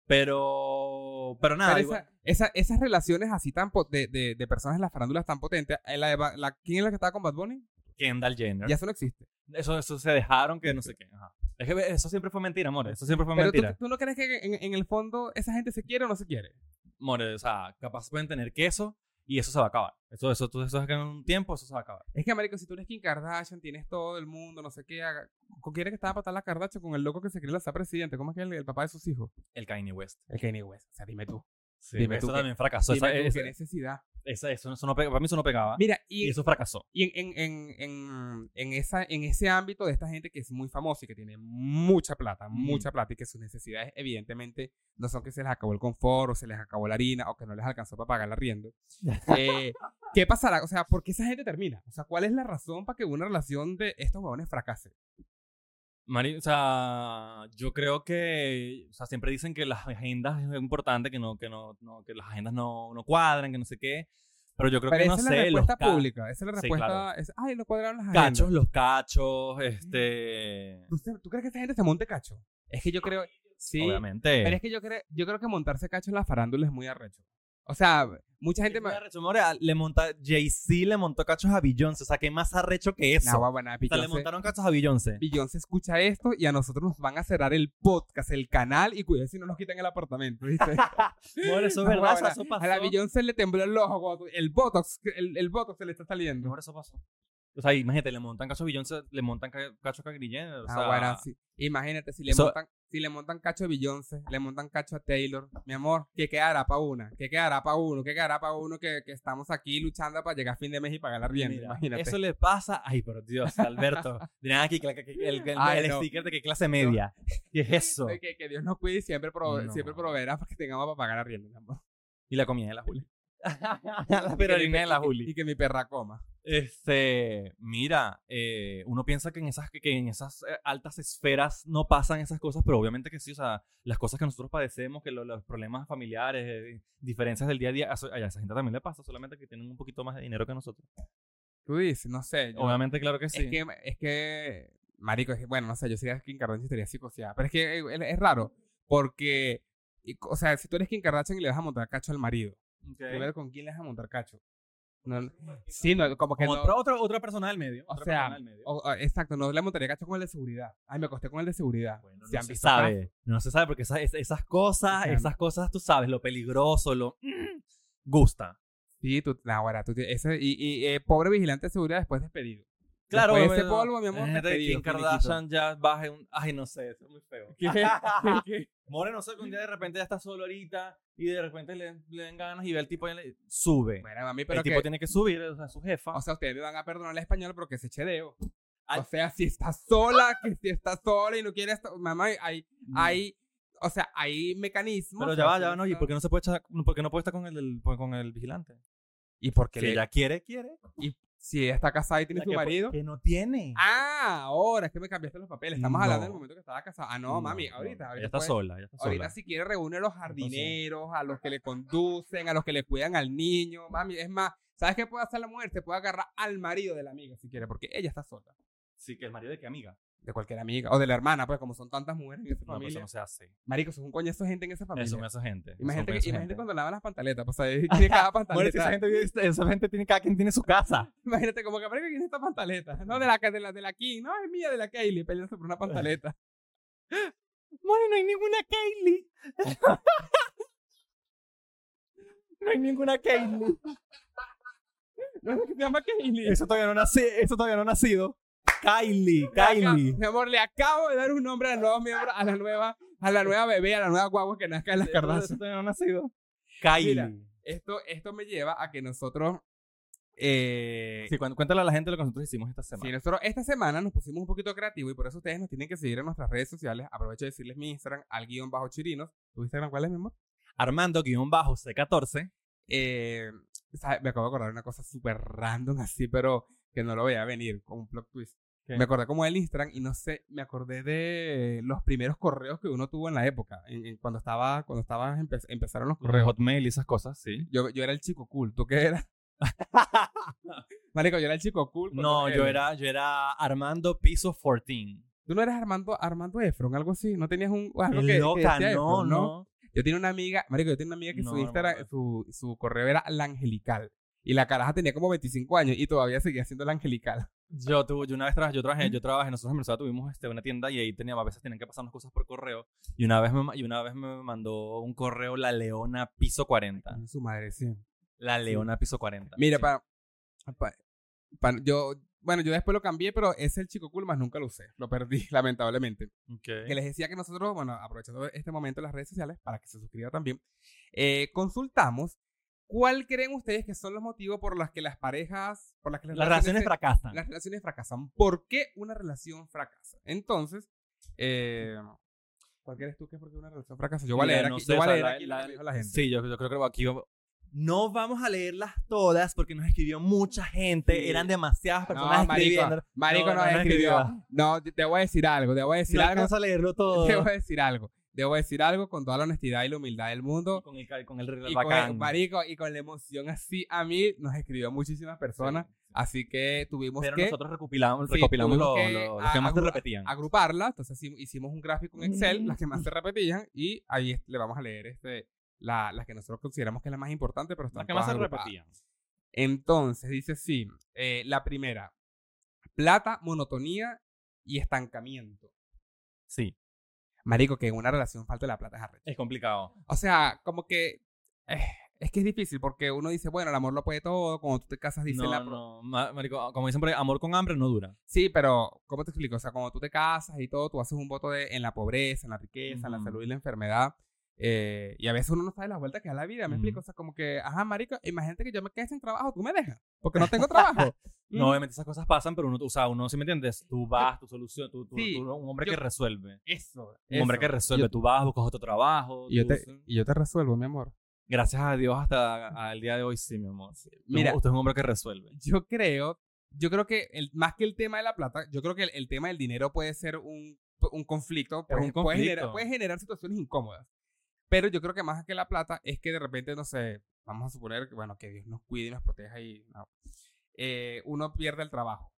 S2: Pero, pero nada,
S1: Pero
S2: igual-
S1: esa- esa- esas relaciones así tan po- de, de, de personas en las farándulas tan potentes. eh, La de Ba- la- ¿Quién es la que estaba con Bad Bunny?
S2: Kendall Jenner.
S1: Ya eso no existe.
S2: Eso, eso se dejaron que no sé qué. Ajá. Es que eso siempre fue mentira, More. Eso siempre fue
S1: Pero tú,
S2: mentira.
S1: tú no crees que en, en el fondo esa gente se quiere o no se quiere.
S2: More, o sea, capaz pueden tener queso y eso se va a acabar. Eso, eso, tú- eso es que en un tiempo, eso se va a acabar.
S1: Es que, marico, si tú eres Kim Kardashian, tienes todo el mundo, no sé qué. haga- ¿Con quién era que estaba patada la Kardashian? Con el loco que se cree la sea presidente. ¿Cómo es que el, el papá de sus hijos?
S2: El Kanye West.
S1: El Kanye West. O sea, dime tú.
S2: Sí,
S1: Dime
S2: eso
S1: tú que-
S2: también fracasó.
S1: dime
S2: Esa-
S1: tú,
S2: esa-
S1: qué necesidad.
S2: esa- eso, eso no pega- para mí eso no pegaba.
S1: Mira,
S2: Y
S1: y,
S2: eso fracasó.
S1: y en, en, en, en, en esa, en ese ámbito de esta gente que es muy famosa y que tiene mucha plata, mucha plata, y que sus necesidades, evidentemente, no son que se les acabó el confort, o se les acabó la harina, o que no les alcanzó para pagar la
S2: *laughs*
S1: rienda. Eh, ¿Qué pasará? O sea, ¿por qué esa gente termina? O sea, ¿cuál es la razón para que una relación de estos huevones fracase?
S2: Mari, o sea, yo creo que, o sea, siempre dicen que las agendas es importante, que no, que no, no- que las agendas no, no cuadran, que no sé qué. Pero yo creo
S1: Pero
S2: que no
S1: esa
S2: sé,
S1: es la
S2: los
S1: respuesta
S2: ca-
S1: pública. Esa es la
S2: Sí,
S1: respuesta.
S2: claro.
S1: es, Ay, lo cuadraron las agendas".
S2: cachos, los cachos, este,
S1: ¿Tú, se- tú crees que esta gente se monte cacho? Es que yo creo. Sí.
S2: obviamente.
S1: Pero es que yo creo, yo creo que montarse cacho en la farándula es muy arrecho. O sea, mucha gente. me-
S2: más arrecho, more, a- ah, le monta Jay-Z le montó cachos a Beyoncé, o sea, ¿qué más arrecho que eso?
S1: Nah, guabana,
S2: o sea, le
S1: Beyoncé-
S2: montaron cachos a
S1: *laughs*
S2: Beyoncé.
S1: Beyoncé escucha esto y a nosotros nos van a cerrar el podcast, el canal y cuidado si no nos quitan el apartamento. ¿viste?
S2: More, *laughs* eso es
S1: No,
S2: verdad, o
S1: guabana,
S2: sea, eso
S1: A la
S2: pasó.
S1: Beyoncé le tembló el ojo, el botox, el, el botox se le está saliendo.
S2: More, eso pasó. O sea, imagínate, le montan cachos a Beyoncé, le montan ca- cachos a Kylie Jenner, o
S1: Ah,
S2: sea,
S1: bueno, sí. Imagínate si le
S2: eso-
S1: montan, si le montan cacho a Beyoncé, le montan cacho a Taylor, mi amor, que quedará para una, que quedará para uno, que quedará para uno que, que estamos aquí luchando para llegar a fin de mes y pagar la rienda,
S2: Mira,
S1: imagínate.
S2: Eso le pasa. Ay, por Dios,
S1: *laughs*
S2: Alberto. Dirán aquí que la- que- que- el, el-
S1: Ay,
S2: el
S1: no.
S2: sticker de qué clase media. ¿Qué
S1: *laughs*
S2: es eso?
S1: Ay, Que, que Dios nos cuide y siempre, prove-
S2: No.
S1: siempre proveerá para que tengamos para pagar la rienda, mi amor.
S2: Y la comida de la
S1: *laughs*
S2: Juli. la perolina de la Juli.
S1: Y que mi perra coma.
S2: Este, mira, eh, uno piensa que en esas, que en esas eh, altas esferas no pasan esas cosas, pero obviamente que sí, o sea, las cosas que nosotros padecemos, que lo- los problemas familiares, eh, diferencias del día a día, a, eso- a esa gente también le pasa, solamente que tienen un poquito más de dinero que nosotros.
S1: Tú dices, no sé. yo-
S2: Obviamente, claro que sí.
S1: Es que, es que, marico, es que, bueno, no sé, yo sería Kim Kardashian y estaría psicoseada. Pero es que eh, es, es raro, porque, y- o sea, si tú eres Kim Kardashian y le vas a montar cacho al marido,
S2: Ok.
S1: Primero, ¿con quién le vas a montar cacho? No, sí, no, como que
S2: Como
S1: no-
S2: otra, otra, otra persona del medio.
S1: O
S2: otra
S1: sea,
S2: persona del medio.
S1: o- o- exacto, no le montaría cacho con el de seguridad. Ay, me acosté con el de seguridad.
S2: Bueno,
S1: Si
S2: no
S1: han
S2: se
S1: visto
S2: sabe, no se sabe porque esa- es- esas cosas,
S1: Se han-
S2: esas cosas tú sabes, lo peligroso, lo mm, gusta.
S1: acá- Sí, tú, nah, ahora, tú, te- ese, y, y, eh, pobre vigilante de seguridad después despedido.
S2: Claro,
S1: Después
S2: bueno,
S1: ese polvo, mi amor,
S2: imagínate que
S1: despedido,
S2: Kim Kardashian ya baje un, ay no sé, eso es muy feo.
S1: finiquito. *laughs* ¿Qué?
S2: *laughs* More no sé que un día de repente ya está solo ahorita y de repente le, le den ganas y ve al tipo y le- sube.
S1: bueno, mami,
S2: el
S1: pero
S2: tipo
S1: que,
S2: tiene que subir o sea, su jefa.
S1: o sea, ustedes me van a perdonar el español, pero que se chedeo.
S2: Ay.
S1: O sea, si estás sola, que si estás sola y no quieres, to- mamá, hay, hay, o sea, hay mecanismos.
S2: Mm. pero
S1: o
S2: ya
S1: sea,
S2: va,
S1: si
S2: ya va, no, ¿y
S1: está-
S2: por qué no se puede echar, por qué no puede estar con el, del- con el vigilante?
S1: Y porque
S2: Que
S1: le-
S2: ella quiere, quiere.
S1: si ella está casada y tiene
S2: La
S1: su
S2: que-
S1: marido.
S2: Que no tiene.
S1: Ah, ahora es que me cambiaste los papeles. Estamos
S2: No.
S1: hablando del momento que estaba casada. Ah, no,
S2: No,
S1: mami,
S2: no,
S1: ahorita.
S2: no.
S1: ahorita
S2: Ella está
S1: puede-
S2: sola, ella está sola.
S1: Ahorita si quiere reúne a los jardineros, a los que le conducen, a los que le cuidan al niño, mami. Es más, ¿sabes qué puede hacer la mujer? Se puede agarrar al marido de la amiga si quiere, porque ella está sola.
S2: Sí, que el marido de qué amiga.
S1: De cualquier amiga, o de la hermana, pues como son tantas mujeres en esa
S2: No, pero eso
S1: familia.
S2: no se hace.
S1: Marico, eso es un coñazo de gente en esa familia.
S2: Eso me hace gente. eso
S1: Imagínate,
S2: me
S1: que-
S2: hace
S1: imagínate
S2: gente.
S1: cuando lavan las pantaletas, pues
S2: *laughs*
S1: ahí tiene cada
S2: Bueno, si
S1: pantaleta.
S2: esa gente, vive- esa gente tiene cada quien tiene su casa.
S1: *laughs* Imagínate como que marico, ¿quién es esta pantaleta? No, de la, de la, de la King, no, es mía, de la Kylie, peleándose por
S2: *laughs*
S1: una pantaleta.
S2: Bueno, no hay ninguna Kaylee. *laughs* no hay ninguna Kaylee.
S1: No es que se llama Kylie.
S2: *laughs* Eso todavía no, nací, eso todavía no ha nacido. Kylie,
S1: Le acá-
S2: *laughs* Kylie.
S1: Mi amor, le acabo de dar un nombre al nuevo miembro, a la nueva, a la nueva bebé, a la nueva guagua que nazca en
S2: *laughs*
S1: las
S2: Eso
S1: Kardashian.
S2: todavía no ha nacido. Kylie.
S1: Mira, Esto, esto me lleva a que nosotros, eh,
S2: Sí, cuán- cuéntale a la gente lo que nosotros hicimos esta
S1: Sí,
S2: semana.
S1: nosotros esta semana nos pusimos un poquito creativos y por eso ustedes nos tienen que seguir en nuestras redes sociales. Aprovecho de decirles mi Instagram, al guión bajo chirinos. ¿Tu Instagram cuál es, mi amor?
S2: Armando, guión bajo, C14.
S1: Eh, ¿sabe? Me acabo de acordar una cosa súper random así, pero que no lo veía venir, con un plot twist.
S2: ¿Qué?
S1: Me acordé como del Instagram y no sé, me acordé de los primeros correos que uno tuvo en la época, en- en cuando estaba, cuando estaba empe- empezaron los correos.
S2: Hotmail y esas cosas, sí.
S1: Yo, yo era el chico cool, ¿tú qué
S2: *laughs*
S1: eras? Marico, yo era el chico cool. cuando
S2: No, yo era, yo era Armando Piso 14.
S1: ¿Tú no eras Armando, Armando Efron, algo así? ¿No tenías un
S2: Ah,
S1: algo que, que
S2: Loca,
S1: decía
S2: este no,
S1: Efron,
S2: no.
S1: Yo tenía una amiga, marico, yo tenía una amiga que su
S2: No,
S1: Instagram,
S2: hermano.
S1: su, su correo era la angelical. Y la caraja tenía como 25 años y todavía seguía siendo la angelical.
S2: Yo, tuve, yo una vez trabajé, yo trabajé, yo trabajé, nosotros en Venezuela tuvimos este, una tienda y ahí teníamos, a veces tenían que pasarnos cosas por correo. Y una vez me, ma- y una vez me mandó un correo la Leona Piso 40.
S1: Su madre, sí.
S2: La Leona Piso 40.
S1: Mira,
S2: Ah. Sí.
S1: pa- pa- pa- yo, bueno, yo después lo cambié, pero es el chico cool, más nunca lo usé. Lo perdí, *laughs* lamentablemente.
S2: Ok.
S1: que les decía que nosotros, bueno, aprovechando este momento en las redes sociales para que se suscriba también, eh, consultamos cuál creen ustedes que son los motivos por los que las parejas, por las que las,
S2: Las relaciones
S1: se-
S2: fracasan.
S1: las relaciones fracasan. ¿Por qué una relación fracasa? Entonces, eh, ¿cuál crees tú que es por qué una relación fracasa? Yo voy a
S2: Mira,
S1: leer
S2: no
S1: aquí,
S2: sé,
S1: yo voy a
S2: o sea,
S1: leer
S2: la-
S1: aquí lo que
S2: la-
S1: dijo la gente.
S2: Sí, yo, yo creo que aquí va- no vamos a leerlas todas porque nos escribió mucha gente,
S1: Sí.
S2: eran demasiadas personas
S1: No, marico,
S2: escribiendo.
S1: marico
S2: No,
S1: nos
S2: no, no
S1: escribió.
S2: escribió.
S1: No, te te voy a decir algo, *laughs* te voy a decir
S2: No
S1: algo.
S2: alcanzo a leerlo
S1: Este
S2: todo.
S1: Debo decir algo. Debo decir algo con toda la honestidad y la humildad del mundo.
S2: Con el, con el,
S1: y con el
S2: bacán.
S1: marico y con la emoción así a mí nos escribió muchísimas personas así que tuvimos
S2: Pero
S1: que
S2: nosotros recopilamos,
S1: Sí, Ah,
S2: recopilamos
S1: tuvimos
S2: los,
S1: que
S2: los- los que más se
S1: agru-
S2: repetían.
S1: agruparla entonces hici- hicimos un gráfico en Excel
S2: Mm.
S1: las que más se repetían y ahí es- le vamos a leer este la- las que nosotros consideramos que es la más importante pero están
S2: Las que más se
S1: todas agrupadas.
S2: repetían.
S1: entonces dice sí eh, la primera plata monotonía y estancamiento
S2: Sí,
S1: marico que en una relación falta la plata es arrecho.
S2: es complicado.
S1: O sea, como que eh, es que es difícil porque uno dice, bueno, el amor lo puede todo, cuando tú te casas dice
S2: no,
S1: la pro-
S2: no, ma- marico, como dicen por ahí, amor con hambre no dura.
S1: Sí, pero ¿cómo te explico? O sea, cuando tú te casas y todo, tú haces un voto de en la pobreza, en la riqueza, en la
S2: Ujú.
S1: salud y la enfermedad. eh, y a veces uno no sabe las vueltas que da la vida, ¿me
S2: Ujú.
S1: explico? O sea, como que, ajá, marico, imagínate que yo me quede sin trabajo, tú me dejas, porque no tengo trabajo.
S2: No, obviamente esas cosas pasan, pero uno, o sea, uno, ¿sí me entiendes? Tú vas, tu solución, tú, tú-
S1: Sí,
S2: tú- un hombre
S1: yo-
S2: que resuelve.
S1: *laughs* Eso.
S2: Un hombre que resuelve.
S1: Yo-
S2: tú vas, buscas otro trabajo.
S1: Y yo,
S2: tú-
S1: te, y yo te resuelvo, mi amor.
S2: Gracias a Dios hasta el día de hoy sí, mi amor.
S1: Mira.
S2: Usted es un hombre que resuelve.
S1: Yo creo, yo creo que el, más que el tema de la plata, yo creo que el, el tema del dinero puede ser un, un conflicto,
S2: Es
S1: puede,
S2: un
S1: puede generar,
S2: conflicto.
S1: puede generar situaciones incómodas. Pero yo creo que más que la plata es que de repente, no sé, vamos a suponer que, bueno, que Dios nos cuide y nos proteja y no. Eh, uno pierde el trabajo.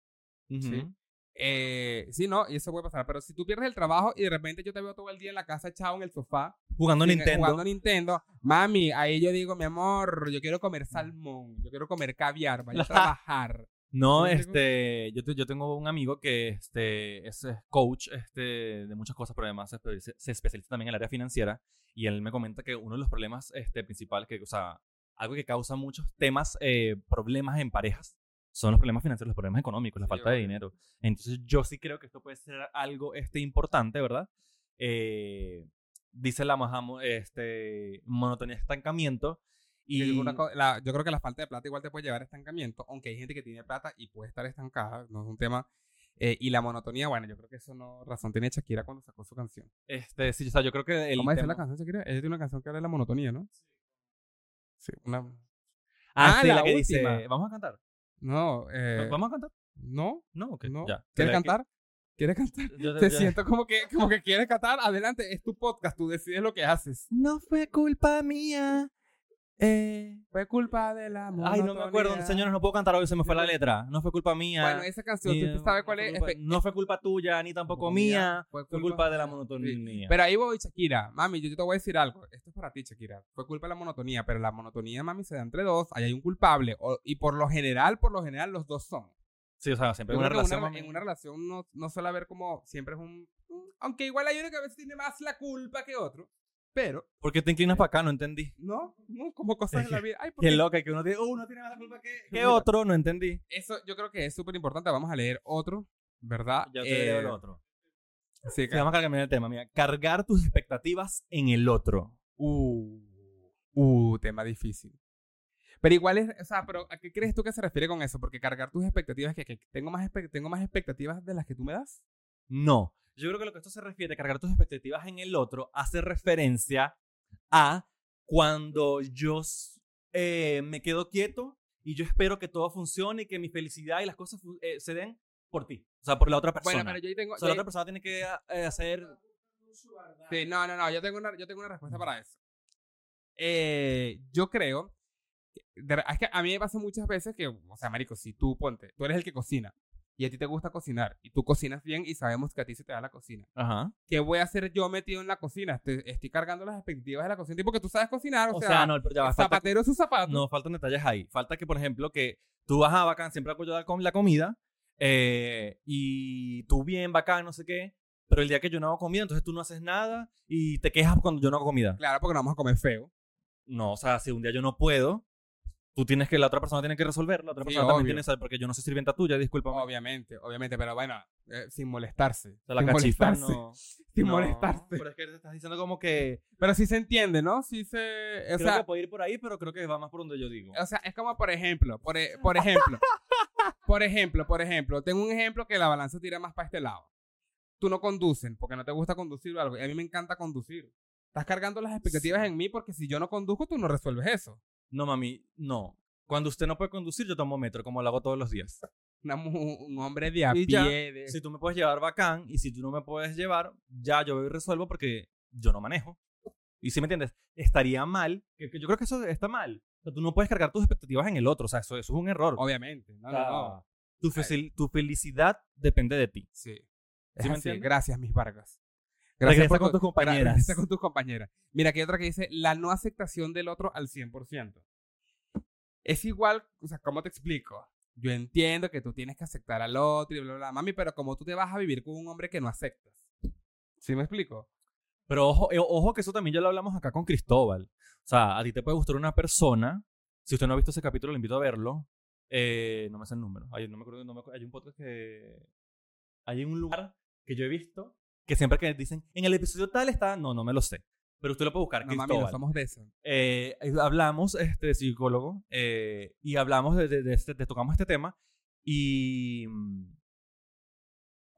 S2: Ujú.
S1: Eh, sí, no, y eso puede pasar. Pero si tú pierdes el trabajo y de repente yo te veo todo el día en la casa echado en el sofá,
S2: Jugando
S1: sin-
S2: Nintendo.
S1: jugando Nintendo, mami, ahí yo digo, mi amor, yo quiero comer salmón, yo quiero comer caviar,
S2: *laughs*
S1: vaya a trabajar.
S2: No,
S1: ¿Cómo te digo?
S2: este, yo, te- yo tengo un amigo que este, es eh, coach este, de muchas cosas, pero además se, espe- se- se especializa también en el área financiera y él me comenta que uno de los problemas este, principales, que, o sea, algo que causa muchos temas, eh, problemas en parejas, son los problemas financieros, los problemas económicos, la
S1: Sí,
S2: falta de
S1: obvio.
S2: dinero. Entonces yo sí creo que esto puede ser algo este, importante, ¿verdad? Eh, dice la majamo, este, monotonía, estancamiento.
S1: Yo
S2: Y
S1: creo, que una co- la- yo creo que la falta de plata igual te puede llevar a estancamiento, aunque hay gente que tiene plata y puede estar estancada, no es un tema. eh, y la monotonía, bueno, yo creo que eso no razón tiene Shakira cuando sacó su canción.
S2: este, sí, o sea, yo creo que el
S1: ¿Cómo dice
S2: tema-
S1: la canción Shakira? Ella tiene una canción que habla de la monotonía, ¿no? Sí, una...
S2: Ah,
S1: Ah,
S2: sí,
S1: la
S2: Ah, la, que
S1: última.
S2: dice, vamos a cantar.
S1: No, eh,
S2: ¿Vamos a cantar?
S1: no,
S2: No, ok.
S1: no.
S2: Ya.
S1: ¿Quieres
S2: Ya que-
S1: cantar? ¿Quieres cantar?
S2: *laughs* ya-
S1: Te
S2: ya-
S1: siento como que, como que quieres cantar. Adelante, es tu podcast, tú decides lo que haces.
S2: No fue culpa mía. Eh,
S1: Fue culpa de la
S2: Ay, no me acuerdo,
S1: monotonía.
S2: señores, no puedo cantar hoy, se me fue la letra. No fue culpa mía.
S1: Bueno, esa canción,
S2: ni-
S1: ¿tú sabes cuál
S2: no
S1: es?
S2: fue culpa-
S1: Espe-
S2: No fue culpa tuya, ni tampoco mía.
S1: Fue
S2: Fue culpa de la monotonía.
S1: Pero ahí voy, Shakira. Mami, yo, yo te voy a decir algo. Esto es para ti, Shakira. Fue culpa de la monotonía, pero la monotonía, mami, se da entre dos. Ahí hay un culpable. o- y por lo general, por lo general, los dos son.
S2: Sí, o sea, siempre
S1: Yo
S2: una
S1: creo que
S2: relación.
S1: una- en una relación no, no suele haber como siempre es un... un- Aunque igual hay uno que a veces tiene más la culpa que otro. Pero,
S2: ¿Por qué te inclinas para acá? No entendí.
S1: no, no como cosas de la vida. Ay, porque
S2: Qué loca que uno tiene, uno tiene más la culpa que, que
S1: Mira.
S2: otro, no entendí.
S1: eso yo creo que es súper importante. Vamos a leer otro, ¿verdad?
S2: Ah, Ya
S1: Eh,
S2: te leo el otro.
S1: Sí,
S2: Sí, vamos a cambiar el tema, mira. Cargar tus expectativas en el otro.
S1: Uh, uh, tema difícil. Pero igual es, o sea, pero ¿a qué crees tú que se refiere con eso? Porque cargar tus expectativas, que, que tengo, más expect- tengo más expectativas de las que tú me das.
S2: No. Yo creo que lo que esto se refiere, cargar tus expectativas en el otro, hace referencia a cuando yo s- eh, me quedo quieto y yo espero que todo funcione y que mi felicidad y las cosas fu- eh, se den por ti. O sea, por la otra persona.
S1: Bueno, pero yo ahí tengo.
S2: o sea,
S1: yo
S2: la
S1: ahí-
S2: otra persona tiene que eh, hacer...
S1: sí, no, no, no, yo tengo una, yo tengo una respuesta para eso. Eh, yo creo. que- de ver- es que a mí me pasa muchas veces que, o sea, Marico, si tú ponte, tú eres el que cocina y a ti te gusta cocinar y tú cocinas bien y sabemos que a ti se te da la cocina.
S2: Ajá.
S1: ¿Qué voy a hacer yo metido en la cocina? Estoy, estoy cargando las expectativas de la cocina. Porque tú sabes cocinar, o,
S2: O
S1: sea,
S2: sea, no, pero ya va, falta-
S1: zapatero sus zapatos.
S2: No, faltan detalles ahí. Falta que, por ejemplo, que tú vas a bacán, siempre apoyar con la comida, eh, y tú bien, bacán, no sé qué, pero el día que yo no hago comida, entonces tú no haces nada y te quejas cuando yo no hago comida.
S1: Claro, porque no vamos a comer feo.
S2: No, o sea, si un día yo no puedo, tú tienes que, la otra persona tiene que resolver, la otra
S1: Sí,
S2: persona también
S1: obvio.
S2: tiene que saber, porque yo no soy sirvienta tuya, disculpa.
S1: Obviamente, obviamente, pero bueno, eh, sin molestarse.
S2: la
S1: sin
S2: cachifa
S1: molestarse.
S2: no.
S1: *laughs* Sin
S2: no,
S1: molestarse.
S2: Pero es que te estás diciendo como que.
S1: Pero sí se entiende, ¿no? Sí se. O
S2: creo
S1: sea, Ah.
S2: que puedo ir por ahí, pero creo que va más por donde yo digo.
S1: o sea, es como por ejemplo, por, e- por ejemplo,
S2: *laughs*
S1: por ejemplo, por ejemplo, tengo un ejemplo que la balanza tira más para este lado. Tú no conducen porque no te gusta conducir o algo. y a mí me encanta conducir. Estás cargando las expectativas en mí porque si yo no conduzco, tú no resuelves eso.
S2: No, mami, no. Cuando usted no puede conducir, yo tomo metro, como lo hago todos los días.
S1: Una mu- un hombre de a
S2: Y
S1: pie.
S2: ya.
S1: de-
S2: si tú me puedes llevar bacán y si tú no me puedes llevar, ya yo veo y resuelvo porque yo no manejo. Y si me entiendes, estaría mal, que, que yo creo que eso está mal. O sea, tú no puedes cargar tus expectativas en el otro, o sea, eso, eso es un error.
S1: Obviamente. Oh, No,
S2: O
S1: no,
S2: sea,
S1: no.
S2: Tu, fel- tu felicidad depende de ti.
S1: Sí.
S2: ¿Sí
S1: Es
S2: me
S1: así.
S2: entiendes?
S1: Gracias, mis Vargas.
S2: Regresa con tus
S1: gra-
S2: compañeras.
S1: Regresa con tus compañeras. Mira, aquí hay otra que dice la no aceptación del otro al 100%. Es igual, o sea, ¿cómo te explico? Yo entiendo que tú tienes que aceptar al otro y bla, bla, bla. Mami, pero ¿cómo tú te vas a vivir con un hombre que no aceptas? ¿Sí me explico?
S2: Pero ojo, eh, ojo que eso también ya lo hablamos acá con Cristóbal. O sea, a ti te puede gustar una persona. Si usted no ha visto ese capítulo, le invito a verlo. Eh, no me sé el número. Ay, no me acuerdo, no me acu- Hay un podcast que... Hay un lugar que yo he visto que siempre que dicen, en el episodio tal está... No, no me lo sé. Pero usted lo puede buscar,
S1: No,
S2: Cristóbal.
S1: mami, no somos de eso.
S2: Eh, hablamos este, de psicólogo eh, y hablamos de, de- de este- de- Tocamos este tema y... mm,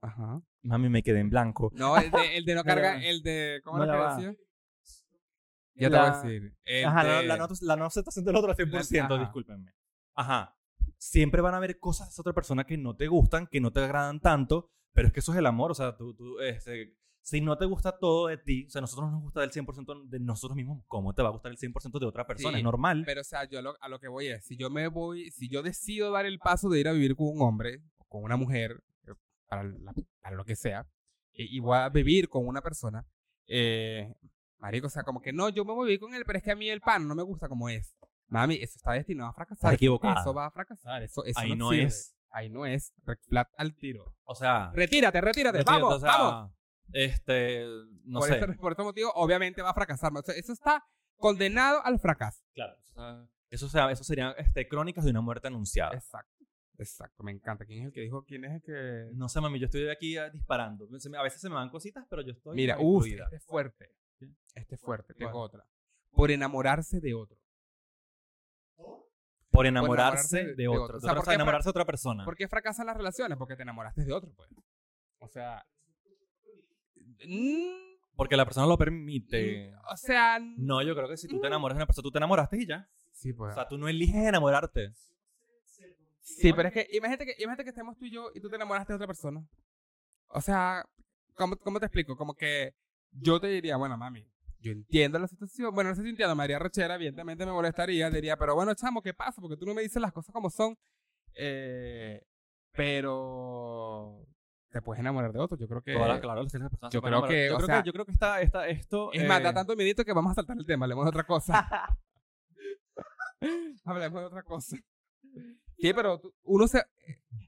S1: Ajá.
S2: Mami, me quedé en blanco.
S1: No, el de, el de
S2: *laughs*
S1: no
S2: No, ya
S1: carga,
S2: va.
S1: el de... ¿Cómo
S2: No,
S1: era
S2: ya
S1: que
S2: va.
S1: decía? Ya te
S2: La-
S1: voy a decir. El
S2: Ajá, la,
S1: de-
S2: la no, la no aceptación del otro al 100%,
S1: Este ajá.
S2: discúlpenme. Ajá. Siempre van a haber cosas de esa otra persona que no te gustan, que no te agradan tanto, pero es que eso es el amor, o sea, tú, tú, este, si no te gusta todo de ti, o sea, nosotros nos gusta el 100% de nosotros mismos, ¿cómo te va a gustar el 100% de otra persona?
S1: Sí,
S2: es normal.
S1: Pero, o sea, yo a lo, a lo que voy es, si yo me voy, si yo decido dar el paso de ir a vivir con un hombre, o con una mujer, eh, para, la- para lo que sea, y, y voy a vivir con una persona, eh, marico, o sea, como que no, yo me voy a vivir con él, pero es que a mí el pan no me gusta como es. Mami, eso está destinado a fracasar.
S2: Está equivocada.
S1: Eso va a fracasar. Eso, eso
S2: Ahí no
S1: sirve.
S2: es.
S1: Ahí no es. Red flag al tiro.
S2: O sea,
S1: Retírate, retírate.
S2: no
S1: vamos,
S2: siento, o sea,
S1: vamos.
S2: Este, no
S1: por,
S2: sé.
S1: Este, por este motivo, obviamente va a fracasar. O sea, eso está condenado al fracaso.
S2: Claro, o sea, eso, sea, eso serían este, crónicas de una muerte
S1: Ah.
S2: anunciada.
S1: Exacto, exacto, me encanta. ¿Quién es el que dijo? ¿Quién es el que.?
S2: No sé, mami, yo estoy aquí ah, disparando. Se me- A veces se me van cositas, pero yo estoy.
S1: Mira,
S2: como
S1: uff,
S2: incluida.
S1: este es fuerte. Este es fuerte, tengo
S2: ¿Cuál?
S1: otra. Por enamorarse de otro.
S2: Por enamorarse,
S1: enamorarse
S2: de otro.
S1: O
S2: O
S1: sea,
S2: sea,
S1: ¿por qué fra-
S2: enamorarse de otra persona.
S1: ¿Por qué fracasan las relaciones? Porque te enamoraste de otro, pues. O sea. mm,
S2: Porque la persona lo permite.
S1: O sea. n-
S2: No, yo creo
S1: Mm.
S2: que si tú te enamoras de una persona, tú te enamoraste y ya.
S1: Sí, pues.
S2: O sea, tú no eliges enamorarte.
S1: Sí, pero es que imagínate que, imagínate que estemos tú y yo y tú te enamoraste de otra persona. O sea, ¿cómo, cómo te explico? Como que yo te diría, bueno, mami, yo entiendo la situación. Bueno, no sé si entiendo, María Rechera, evidentemente me molestaría. Diría, pero bueno, chamo, ¿qué pasa? Porque tú no me dices las cosas como son. Eh, pero te puedes enamorar de otro. Yo creo que.
S2: Todas las- claro, las tres personas se
S1: yo
S2: pueden
S1: creo que,
S2: enamorar. yo
S1: o
S2: creo
S1: sea,
S2: que yo creo que está, está esto
S1: Es más, da
S2: eh,
S1: tanto miedito que vamos a saltar el tema. Hablemos de otra cosa. *laughs* Hablemos de otra cosa. Sí, pero tú- uno se.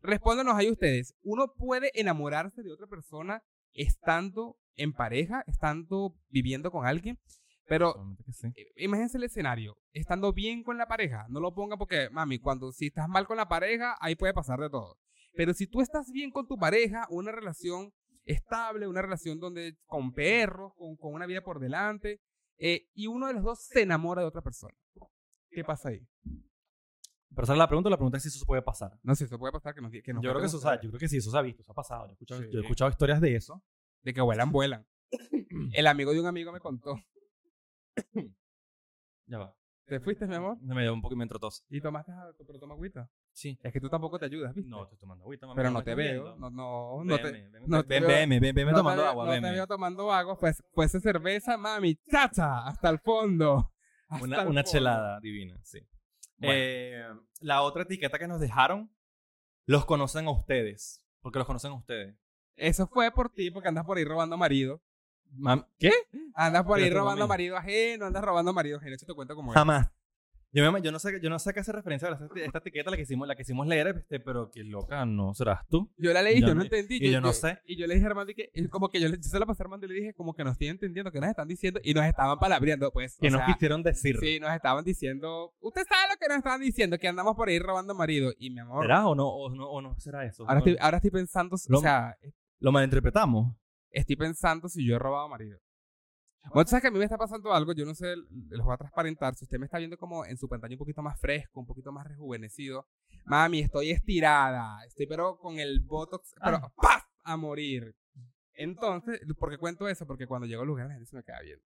S1: Respóndanos ahí ustedes. ¿Uno puede enamorarse de otra persona estando en pareja, estando viviendo con alguien? Pero
S2: Obviamente que sí.
S1: eh, imagínense el escenario, estando bien con la pareja, no lo ponga porque, mami, cuando si estás mal con la pareja, ahí puede pasar de todo. Pero si tú estás bien con tu pareja, una relación estable, una relación donde con perros, con, con una vida por delante, eh, y uno de los dos se enamora de otra persona. ¿Qué pasa ahí?
S2: Pero esa es la pregunta, la pregunta es si eso puede pasar.
S1: No sé, eso puede pasar que nos, di- que nos
S2: yo creo
S1: cuenten
S2: que eso, o sea,
S1: ustedes.
S2: yo creo que sí, eso se ha visto, eso ha pasado. Yo he escuchado,
S1: Sí.
S2: yo he escuchado historias de eso.
S1: De que vuelan,
S2: *coughs*
S1: vuelan. El amigo de un amigo me contó.
S2: Ya va.
S1: ¿Te fuiste, mi amor?
S2: Me dio un poco, me entró tos.
S1: Y tomaste, a- pero toma agüita.
S2: Sí.
S1: Es que tú tampoco te ayudas, ¿viste?
S2: No, estoy tomando agüita, mami,
S1: pero no
S2: me
S1: te
S2: estás
S1: veo.
S2: viendo.
S1: No, no, no te,
S2: Veme, veme,
S1: no te
S2: ven,
S1: veo-
S2: veme, ven, veme
S1: No te
S2: tomando
S1: veo-
S2: agua,
S1: No te
S2: veme.
S1: veo tomando agua, pues, pues es cerveza, mami, chacha, hasta el fondo. hasta
S2: Una,
S1: el
S2: una
S1: fondo.
S2: chelada divina, sí.
S1: Bueno.
S2: Eh, la otra etiqueta que nos dejaron, los conocen a ustedes. Porque los conocen a ustedes.
S1: Eso fue por ti, porque andas por ahí robando marido.
S2: Mam- ¿Qué?
S1: Andas por
S2: Pero
S1: ahí
S2: tú,
S1: robando
S2: mami.
S1: marido ajeno, andas robando marido ajeno. Eso te cuento como es.
S2: Jamás. Yo, me- yo no sé, yo no sé qué hace referencia a esta, esta etiqueta la que hicimos, la que hicimos leer, este, pero que loca, no serás tú.
S1: Yo la leí, yo,
S2: Yo
S1: no
S2: no-
S1: entendí.
S2: y yo no sé.
S1: Y yo le dije a Armando, y que, y como que yo, le, yo se la pasé a Armando y le dije, como que no estoy entendiendo, que nos están diciendo, y nos estaban palabreando, pues. o
S2: Que nos
S1: sea,
S2: quisieron decir.
S1: Sí, nos estaban diciendo, usted sabe lo que nos estaban diciendo, que andamos por ahí robando marido. Y mi amor,
S2: ¿Será o no, o no, o no será eso?
S1: ahora
S2: No-
S1: estoy, ahora estoy pensando,
S2: Lo-
S1: o sea,
S2: Lo malinterpretamos.
S1: estoy pensando si yo he robado marido. Bueno, tú sabes que a mí me está pasando algo, yo no sé, los voy a transparentar. Si usted me está viendo como en su pantalla un poquito más fresco, un poquito más rejuvenecido, mami, estoy estirada, estoy pero con el botox, pero
S2: Ah.
S1: ¡paf! a morir. Entonces, ¿por qué cuento eso? Porque cuando llego al lugar la gente se me queda bien.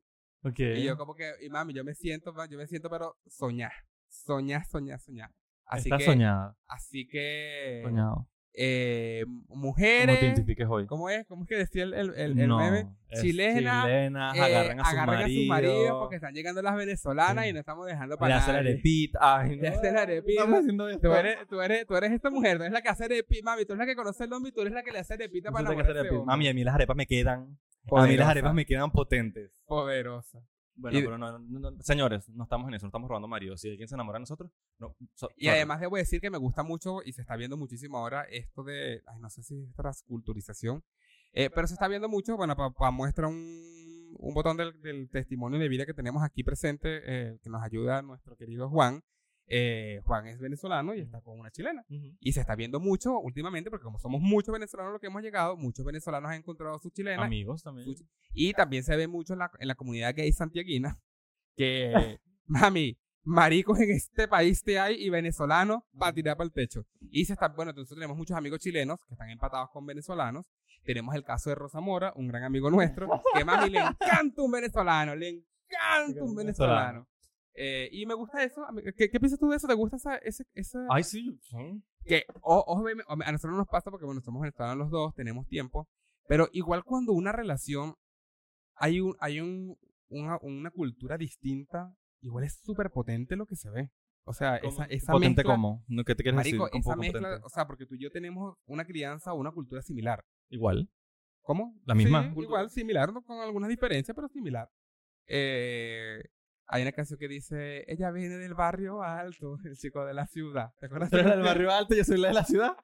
S2: Ok.
S1: Y yo como que, y mami, yo me siento, ma- yo me siento pero soñar, soñar, soñar, soñar. Así
S2: Está
S1: que,
S2: soñada.
S1: así que,
S2: Soñado.
S1: eh,
S2: Como te
S1: mujeres,
S2: identifiques hoy.
S1: ¿cómo es? ¿Cómo es que decía el, el, el- el
S2: No,
S1: meme?
S2: es
S1: Chilena,
S2: chilenas,
S1: eh,
S2: agarran a su
S1: agarran
S2: marido.
S1: porque están llegando las venezolanas
S2: Sí.
S1: y no estamos dejando
S2: le
S1: para
S2: hace la
S1: nadie.
S2: arepita. Ay,
S1: Le
S2: no.
S1: hace la arepita.
S2: Estamos haciendo esto.
S1: *laughs* Tú eres, tú, eres, tú eres esta mujer, tú eres la que hace arepita, mami, tú eres la que conoce el hombre y tú eres la que le hace arepita
S2: Tú
S1: para
S2: tienes
S1: enamorarse
S2: que hacer
S1: de
S2: arepita.
S1: hombre.
S2: Mami, a mí las arepas me quedan. A mí las
S1: Poderosa,
S2: arepas me quedan potentes.
S1: Poderosa.
S2: Bueno,
S1: Y-
S2: pero no, no- no- señores, no estamos en eso, no estamos robando marido. Si alguien se enamora de nosotros, no. so-
S1: Y
S2: sorry.
S1: además debo decir que me gusta mucho y se está viendo muchísimo ahora esto de, ay, no sé si es transculturización, eh, pero se está viendo mucho, bueno, para muestra un, un botón del, del testimonio de vida que tenemos aquí presente, eh, que nos ayuda nuestro querido Juan. Eh, Juan es venezolano y está con una chilena.
S2: Ujú.
S1: Y se está viendo mucho últimamente, porque como somos muchos venezolanos los que hemos llegado, muchos venezolanos han encontrado a sus chilenas.
S2: Amigos también.
S1: Escucha. Y también se ve mucho en la, en la comunidad gay santiaguina que, *laughs* mami, maricos en este país te hay y venezolanos para tirar para el techo. Y se están, bueno, entonces tenemos muchos amigos chilenos que están empatados con venezolanos. Tenemos el caso de Rosa Mora, un gran amigo nuestro, que mami le encanta un venezolano, le encanta un venezolano. Eh, y me gusta eso. a mí- ¿Qué, qué piensas tú de eso? ¿Te gusta esa, ese, ese,
S2: Ay, sí. son-
S1: que o- ojo, ve- a nosotros nos pasa porque bueno, somos venezolanos los dos, tenemos tiempo, pero igual cuando una relación hay un hay un una, una cultura distinta, igual es súper potente lo que se ve. O sea, esa, esa
S2: potente
S1: mezcla,
S2: como. No, ¿Qué te quieres
S1: marico,
S2: decir? con
S1: esa
S2: poco
S1: mezcla,
S2: potente?
S1: o sea, porque tú y yo tenemos una crianza o una cultura similar.
S2: Igual. *laughs*
S1: ¿Cómo?
S2: La misma
S1: Sí,
S2: cultura.
S1: igual, similar, no, con algunas diferencias, pero similar. Eh, hay una canción que dice, ella viene del barrio alto, *laughs* el chico de la ciudad. ¿Te acuerdas?
S2: Tú
S1: de
S2: eres
S1: la
S2: la del
S1: canción?
S2: barrio alto, yo soy la de la ciudad.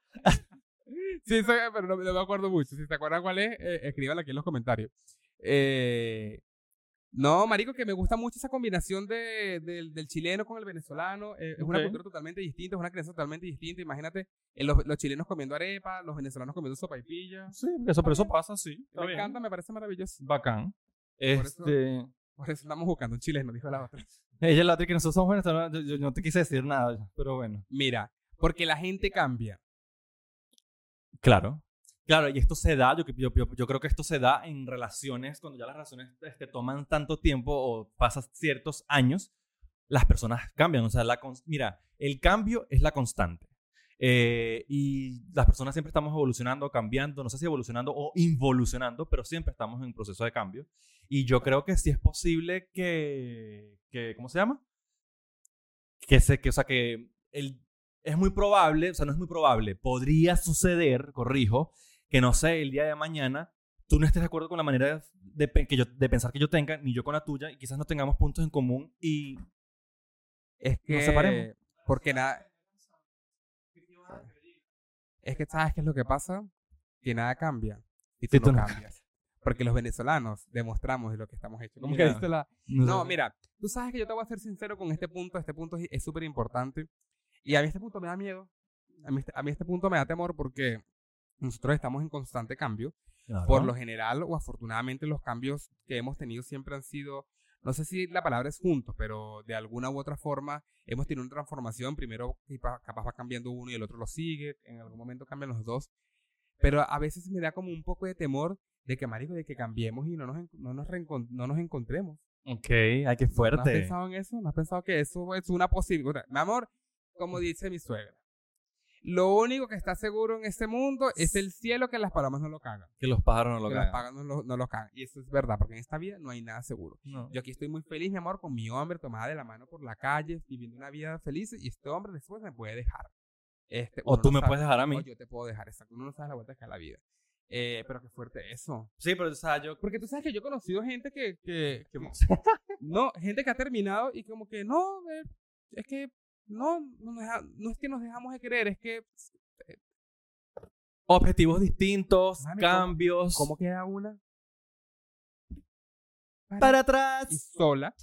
S1: Sí, soy- pero no, no me acuerdo mucho. Si te acuerdas cuál es, eh, escríbanla aquí en los comentarios. Eh, no, marico, que me gusta mucho esa combinación de, del- del chileno con el venezolano. Eh, Es una
S2: Ok.
S1: cultura totalmente distinta, es una creencia totalmente distinta. Imagínate eh, los, los chilenos comiendo arepa, los venezolanos comiendo sopaipilla.
S2: Sí, eso, pero eso pasa, sí.
S1: Me encanta, me parece maravilloso.
S2: Bacán.
S1: eso-
S2: Este,
S1: Por eso estamos buscando un chileno, dijo la otra.
S2: Ella es la otra que nosotros somos venezolanos. Yo, yo no te quise decir nada, pero bueno.
S1: Mira, porque la gente cambia.
S2: Claro. Claro, y esto se da, yo, yo, yo, yo creo que esto se da en relaciones, cuando ya las relaciones este, toman tanto tiempo o pasan ciertos años, las personas cambian. O sea, la cons- mira, el cambio es la constante. Eh, y las personas siempre estamos evolucionando, cambiando, no sé si evolucionando o involucionando, pero siempre estamos en un proceso de cambio. Y yo creo que sí es posible que, que ¿cómo se llama? Que se, que, o sea, que el, es muy probable, o sea, no es muy probable, podría suceder, corrijo, que no sé, el día de mañana tú no estés de acuerdo con la manera de, pe- que yo, de pensar que yo tenga, ni yo con la tuya, y quizás no tengamos puntos en común y
S1: Es que.
S2: Nos separemos.
S1: Porque nada. Es que sabes qué es lo que pasa? Que nada cambia. Y tú,
S2: Sí, tú
S1: no
S2: no
S1: cambias. Porque los venezolanos demostramos de lo que estamos hechos. Como que
S2: Mira.
S1: dice la-
S2: no,
S1: No,
S2: sé.
S1: mira, tú sabes que yo te voy a ser sincero con este punto. Este punto es- es súper importante. Y a mí este punto me da miedo. A mí, este, a mí este punto me da temor porque nosotros estamos en constante cambio.
S2: Claro.
S1: Por lo general, o afortunadamente, los cambios que hemos tenido siempre han sido, no sé si la palabra es juntos, pero de alguna u otra forma hemos tenido una transformación. Primero, y pa- capaz va cambiando uno y el otro lo sigue. En algún momento cambian los dos. Pero a veces me da como un poco de temor de que, marico, de que cambiemos y no nos, en- no nos, reencon- no nos encontremos.
S2: Ok, ay, qué
S1: ¿No has
S2: fuerte.
S1: pensado en eso? ¿No has pensado que eso es una posibilidad? Mi amor, como dice mi suegra, lo único que está seguro en este mundo es el cielo que las palomas no lo cagan.
S2: que los pájaros no lo
S1: que
S2: cagan.
S1: las pagas no lo, no lo cagan. Y eso es verdad, porque en esta vida no hay nada seguro.
S2: No.
S1: Yo aquí estoy muy feliz, mi amor, con mi hombre, tomada de la mano por la calle, viviendo una vida feliz, y este hombre después me puede dejar. Este,
S2: o
S1: uno
S2: tú
S1: no
S2: me
S1: sabe-
S2: puedes dejar a mí.
S1: o yo te puedo dejar, exacto. Uno no sabe la vuelta que da la vida. Eh, pero qué fuerte eso.
S2: Sí, pero o sea, yo...
S1: Porque tú sabes que yo he conocido gente que- que, que no, gente que ha terminado y como que no, eh, es que no, no, nos deja- no es que nos dejamos de querer, es que
S2: Objetivos distintos,
S1: Mami, ¿cómo-
S2: cambios.
S1: ¿cómo queda una? Para-
S2: para
S1: Y
S2: atrás.
S1: sola.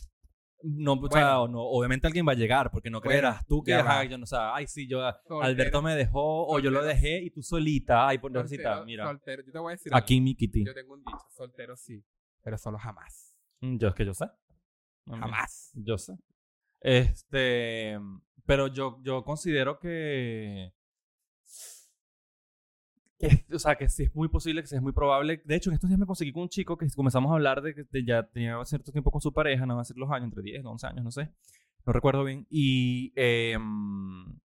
S2: No, o sea,
S1: Bueno.
S2: o no, obviamente alguien va a llegar, porque no
S1: Bueno,
S2: creerás tú que
S1: ya va.
S2: ajá, yo no, o sea, ay, sí, yo,
S1: soltera,
S2: Alberto me dejó, o yo lo
S1: soltero.
S2: dejé y tú solita, ay,
S1: soltero,
S2: pobrecita, mira.
S1: soltero. Yo te voy a decir
S2: Aquí mi kitty.
S1: algo. Yo tengo un dicho, soltero sí, pero solo jamás.
S2: Mm, Yo es que yo sé. Mami,
S1: Jamás.
S2: Yo sé. Este, pero yo, yo considero que, que, o sea, que sí es muy posible, que sí es muy probable. De hecho, en estos días me conseguí con un chico que comenzamos a hablar de que te- ya tenía cierto tiempo con su pareja, no va a ser los años, entre 10, 11 años, no sé, no recuerdo bien. Y em,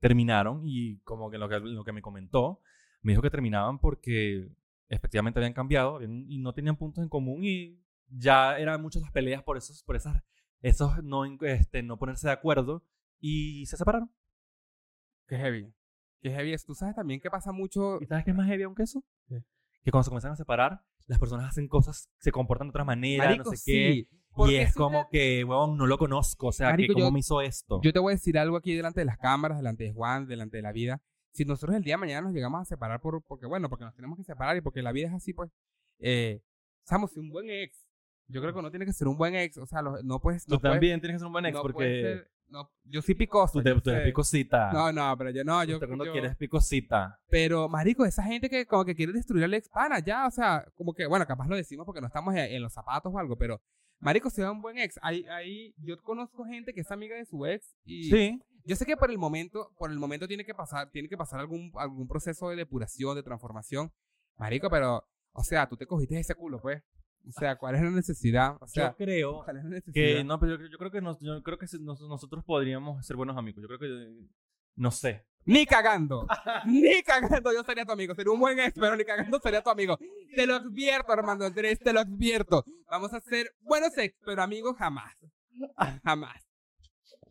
S2: terminaron y como que lo, que lo que me comentó, me dijo que terminaban porque efectivamente habían cambiado habían- y no tenían puntos en común y ya eran muchas las peleas por esos, por esas, esos no, en- este, no ponerse de acuerdo y se separaron.
S1: Qué heavy. Qué heavy es. Tú sabes también que pasa mucho.
S2: ¿Y sabes qué es más heavy aún que eso?
S1: ¿Qué?
S2: Que cuando se comienzan a separar, las personas hacen cosas, se comportan de otra manera,
S1: Marico,
S2: no sé qué.
S1: sí. Porque
S2: Y es
S1: eso
S2: como que, weón, no lo conozco. O sea,
S1: Marico,
S2: que ¿cómo
S1: yo-
S2: me hizo esto?
S1: Yo te voy a decir algo aquí delante de las cámaras, delante de Juan, delante de la vida. Si nosotros el día de mañana nos llegamos a separar por, porque, bueno, porque nos tenemos que separar y porque la vida es así, pues, eh, Samus, un buen ex. Yo creo que uno tiene que ser un buen ex. O sea, los- no puedes...
S2: tú
S1: no puedes-
S2: también tienes que ser un buen ex
S1: no puedes
S2: porque
S1: ser- no, yo soy picoso.
S2: tú, te,
S1: yo
S2: tú eres
S1: sé.
S2: picosita.
S1: No, no, pero yo no, yo...
S2: Usted cuando
S1: yo-
S2: quieres picosita.
S1: Pero, marico, esa gente que como que quiere destruir al ex pana, ya, o sea, como que, bueno, capaz lo decimos porque no estamos en, en los zapatos o algo, pero, marico, sea un buen ex. Ahí, ahí, yo conozco gente que es amiga de su ex y...
S2: Sí.
S1: Yo sé que por el momento, por el momento tiene que pasar, tiene que pasar algún, algún proceso de depuración, de transformación. Marico, pero, o sea, tú te cogiste ese culo, pues. O sea, ¿cuál es la necesidad? O sea,
S2: yo creo
S1: ¿cuál es la
S2: que
S1: necesidad?
S2: no, pero yo, yo creo que nos- yo creo que si nos- nosotros podríamos ser buenos amigos. Yo creo que no sé.
S1: Ni cagando. ni cagando yo sería tu amigo. Sería un buen ex, pero ni cagando sería tu amigo. Te lo advierto, Armando Andrés, te lo advierto. Vamos a ser buenos ex, pero amigos jamás. Jamás.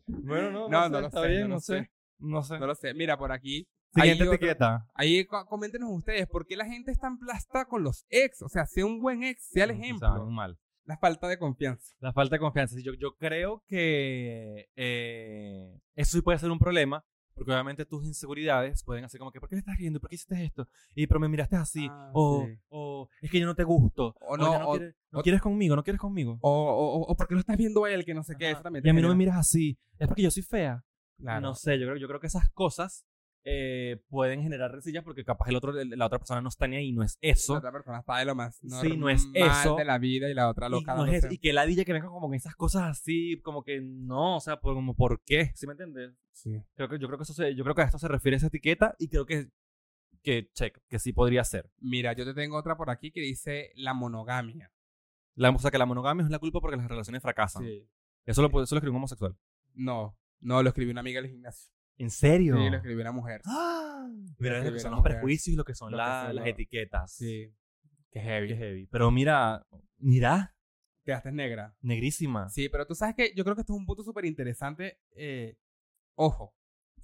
S2: Bueno, no,
S1: No,
S2: no,
S1: no
S2: sé,
S1: lo
S2: está
S1: sé,
S2: bien,
S1: no
S2: no,
S1: lo
S2: sé.
S1: sé.
S2: No sé.
S1: No lo sé. Mira, por aquí.
S2: Siguiente
S1: hay otro-
S2: etiqueta.
S1: Ahí co- coméntenos ustedes, ¿por qué la gente es tan plasta con los ex? O sea, sea un buen ex, sea el
S2: Mm, o sea,
S1: ejemplo.
S2: muy mal.
S1: La falta de confianza.
S2: La falta de confianza. Sí, Yo, yo creo que eh, eso sí puede ser un problema, porque obviamente tus inseguridades pueden hacer como que, ¿por qué me estás riendo? ¿Por qué hiciste esto? Y pero me miraste así.
S1: Ah,
S2: o,
S1: sí.
S2: o es que yo no te gusto.
S1: O
S2: ya
S1: no,
S2: no,
S1: o-
S2: quieres, no
S1: o-
S2: quieres conmigo, no quieres conmigo.
S1: O, o, o- o porque lo estás viendo a él, que no sé qué,
S2: Ajá.
S1: eso también.
S2: y
S1: te
S2: a mí no me
S1: genera-
S2: miras así. Es porque yo soy fea.
S1: Claro.
S2: No sé, yo creo, yo creo que esas cosas eh, pueden generar rencillas porque capaz el otro, el- la otra persona no está ni ahí, no es
S1: La
S2: eso.
S1: otra persona está de lo más normal
S2: Sí, no es eso.
S1: de la vida y la otra
S2: Y,
S1: loca.
S2: no es eso,
S1: dándose-
S2: y que la dilla que venga como con esas cosas así, como que no, o sea, por- como por qué, ¿sí me entiendes?
S1: Sí.
S2: Creo que, yo, creo que eso se- yo creo que a esto se refiere esa etiqueta y creo que, que check, que sí podría ser.
S1: Mira, yo te tengo otra por aquí que dice la monogamia.
S2: La, o sea, que la monogamia es la culpa porque las relaciones fracasan.
S1: Sí.
S2: Eso, lo, puede- eso lo escribió un homosexual.
S1: No, no, lo escribió una amiga del gimnasio.
S2: ¿En serio?
S1: Sí, lo escribió una mujer.
S2: ¡Ah! Mira lo que
S1: escribió
S2: son
S1: la
S2: los
S1: mujer.
S2: prejuicios y lo que son,
S1: Lo que
S2: la-
S1: son
S2: las
S1: los-
S2: etiquetas.
S1: Sí. Qué
S2: Qué
S1: heavy.
S2: heavy. Pero mira, mira,
S1: Te haces negra.
S2: negrísima.
S1: Sí, pero tú sabes que yo creo que esto es un punto súper interesante. eh, ojo,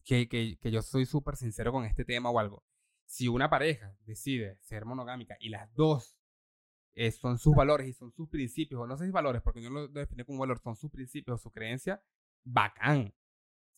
S1: que, que- que yo soy súper sincero con este tema o algo. Si una pareja decide ser monogámica y las dos eh, son sus valores y son sus principios, o no sé si valores, porque yo no lo defino como valor, son sus principios o su creencia, bacán.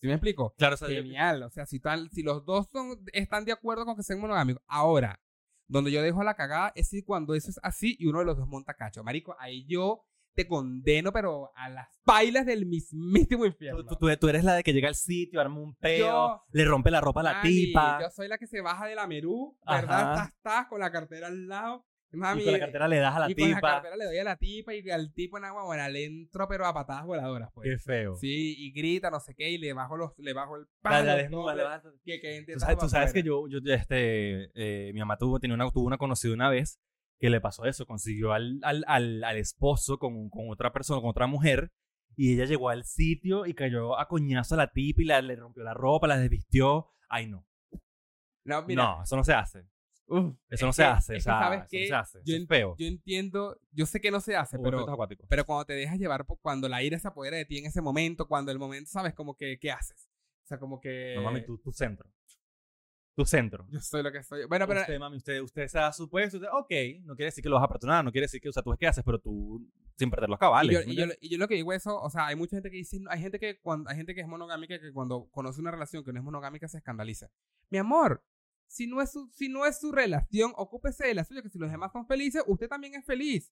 S1: ¿Sí me explico?
S2: Claro, o sea, yo-
S1: Genial. O sea, si, tal- si los dos son, están de acuerdo con que sean monogámicos. Ahora, donde yo dejo la cagada es si cuando eso es así y uno de los dos monta cacho. Marico, ahí yo te condeno, pero a las bailas del mismísimo infierno.
S2: tú, tú- tú- tú eres la de que llega al sitio, arma un peo,
S1: Yo-
S2: le rompe la ropa a la
S1: Mami,
S2: tipa.
S1: Yo soy la que se baja de la Merú, ¿verdad?
S2: Ajá.
S1: Estás, estás con la cartera al lado. Mami,
S2: y con la cartera le das a la
S1: y con la
S2: tipa.
S1: cartera le doy a la tipa y al tipo en agua buena le entro, pero a patadas voladoras, pues.
S2: Qué feo.
S1: Sí, y grita, no sé qué, y le bajo, los, le bajo el
S2: La, la
S1: los
S2: desnuda,
S1: dobles,
S2: le vas-
S1: que, que entre
S2: Tú sabes, tú
S1: todo
S2: sabes
S1: afuera.
S2: que yo, yo este, eh, mi mamá tuvo, tenía una, tuvo una conocida una vez que le pasó eso, consiguió al, al, al, al esposo con, con otra persona, con otra mujer, y ella llegó al sitio y cayó a coñazo a la tipa y la, le rompió la ropa, la desvistió. Ay, no.
S1: No, mira,
S2: no, eso no se hace. Eso no
S1: es
S2: se
S1: que- es
S2: hace. o
S1: que
S2: sea,
S1: ¿sabes
S2: eso
S1: qué?
S2: no se hace.
S1: Yo
S2: Eso
S1: en-
S2: es feo.
S1: yo entiendo, yo sé que no se hace,
S2: Hubo
S1: pero,
S2: efectos acuáticos.
S1: pero cuando te dejas llevar, por- cuando la ira se apodera de ti en ese momento, cuando el momento, ¿sabes? Como que, ¿qué haces? O sea, como que...
S2: No, mami, tú, tu centro. Tu centro.
S1: Yo soy lo que soy. Bueno, pero...
S2: usted, mami, usted, usted se da su puesto. usted- ok, no quiere decir que lo vas a perdonar, no quiere decir que, o sea, tú ves qué haces, pero tú sin perder los
S1: y
S2: cabales.
S1: yo,
S2: ¿me
S1: y yo-
S2: entiendes?
S1: y yo lo que digo eso, o sea, hay mucha gente que dice, no, hay gente que cuando, hay gente que es monogámica que cuando conoce una relación que no es monogámica se escandaliza. Mi amor, si no es su, si no es su relación, ocúpese de la suya, que si los demás son felices, usted también es feliz.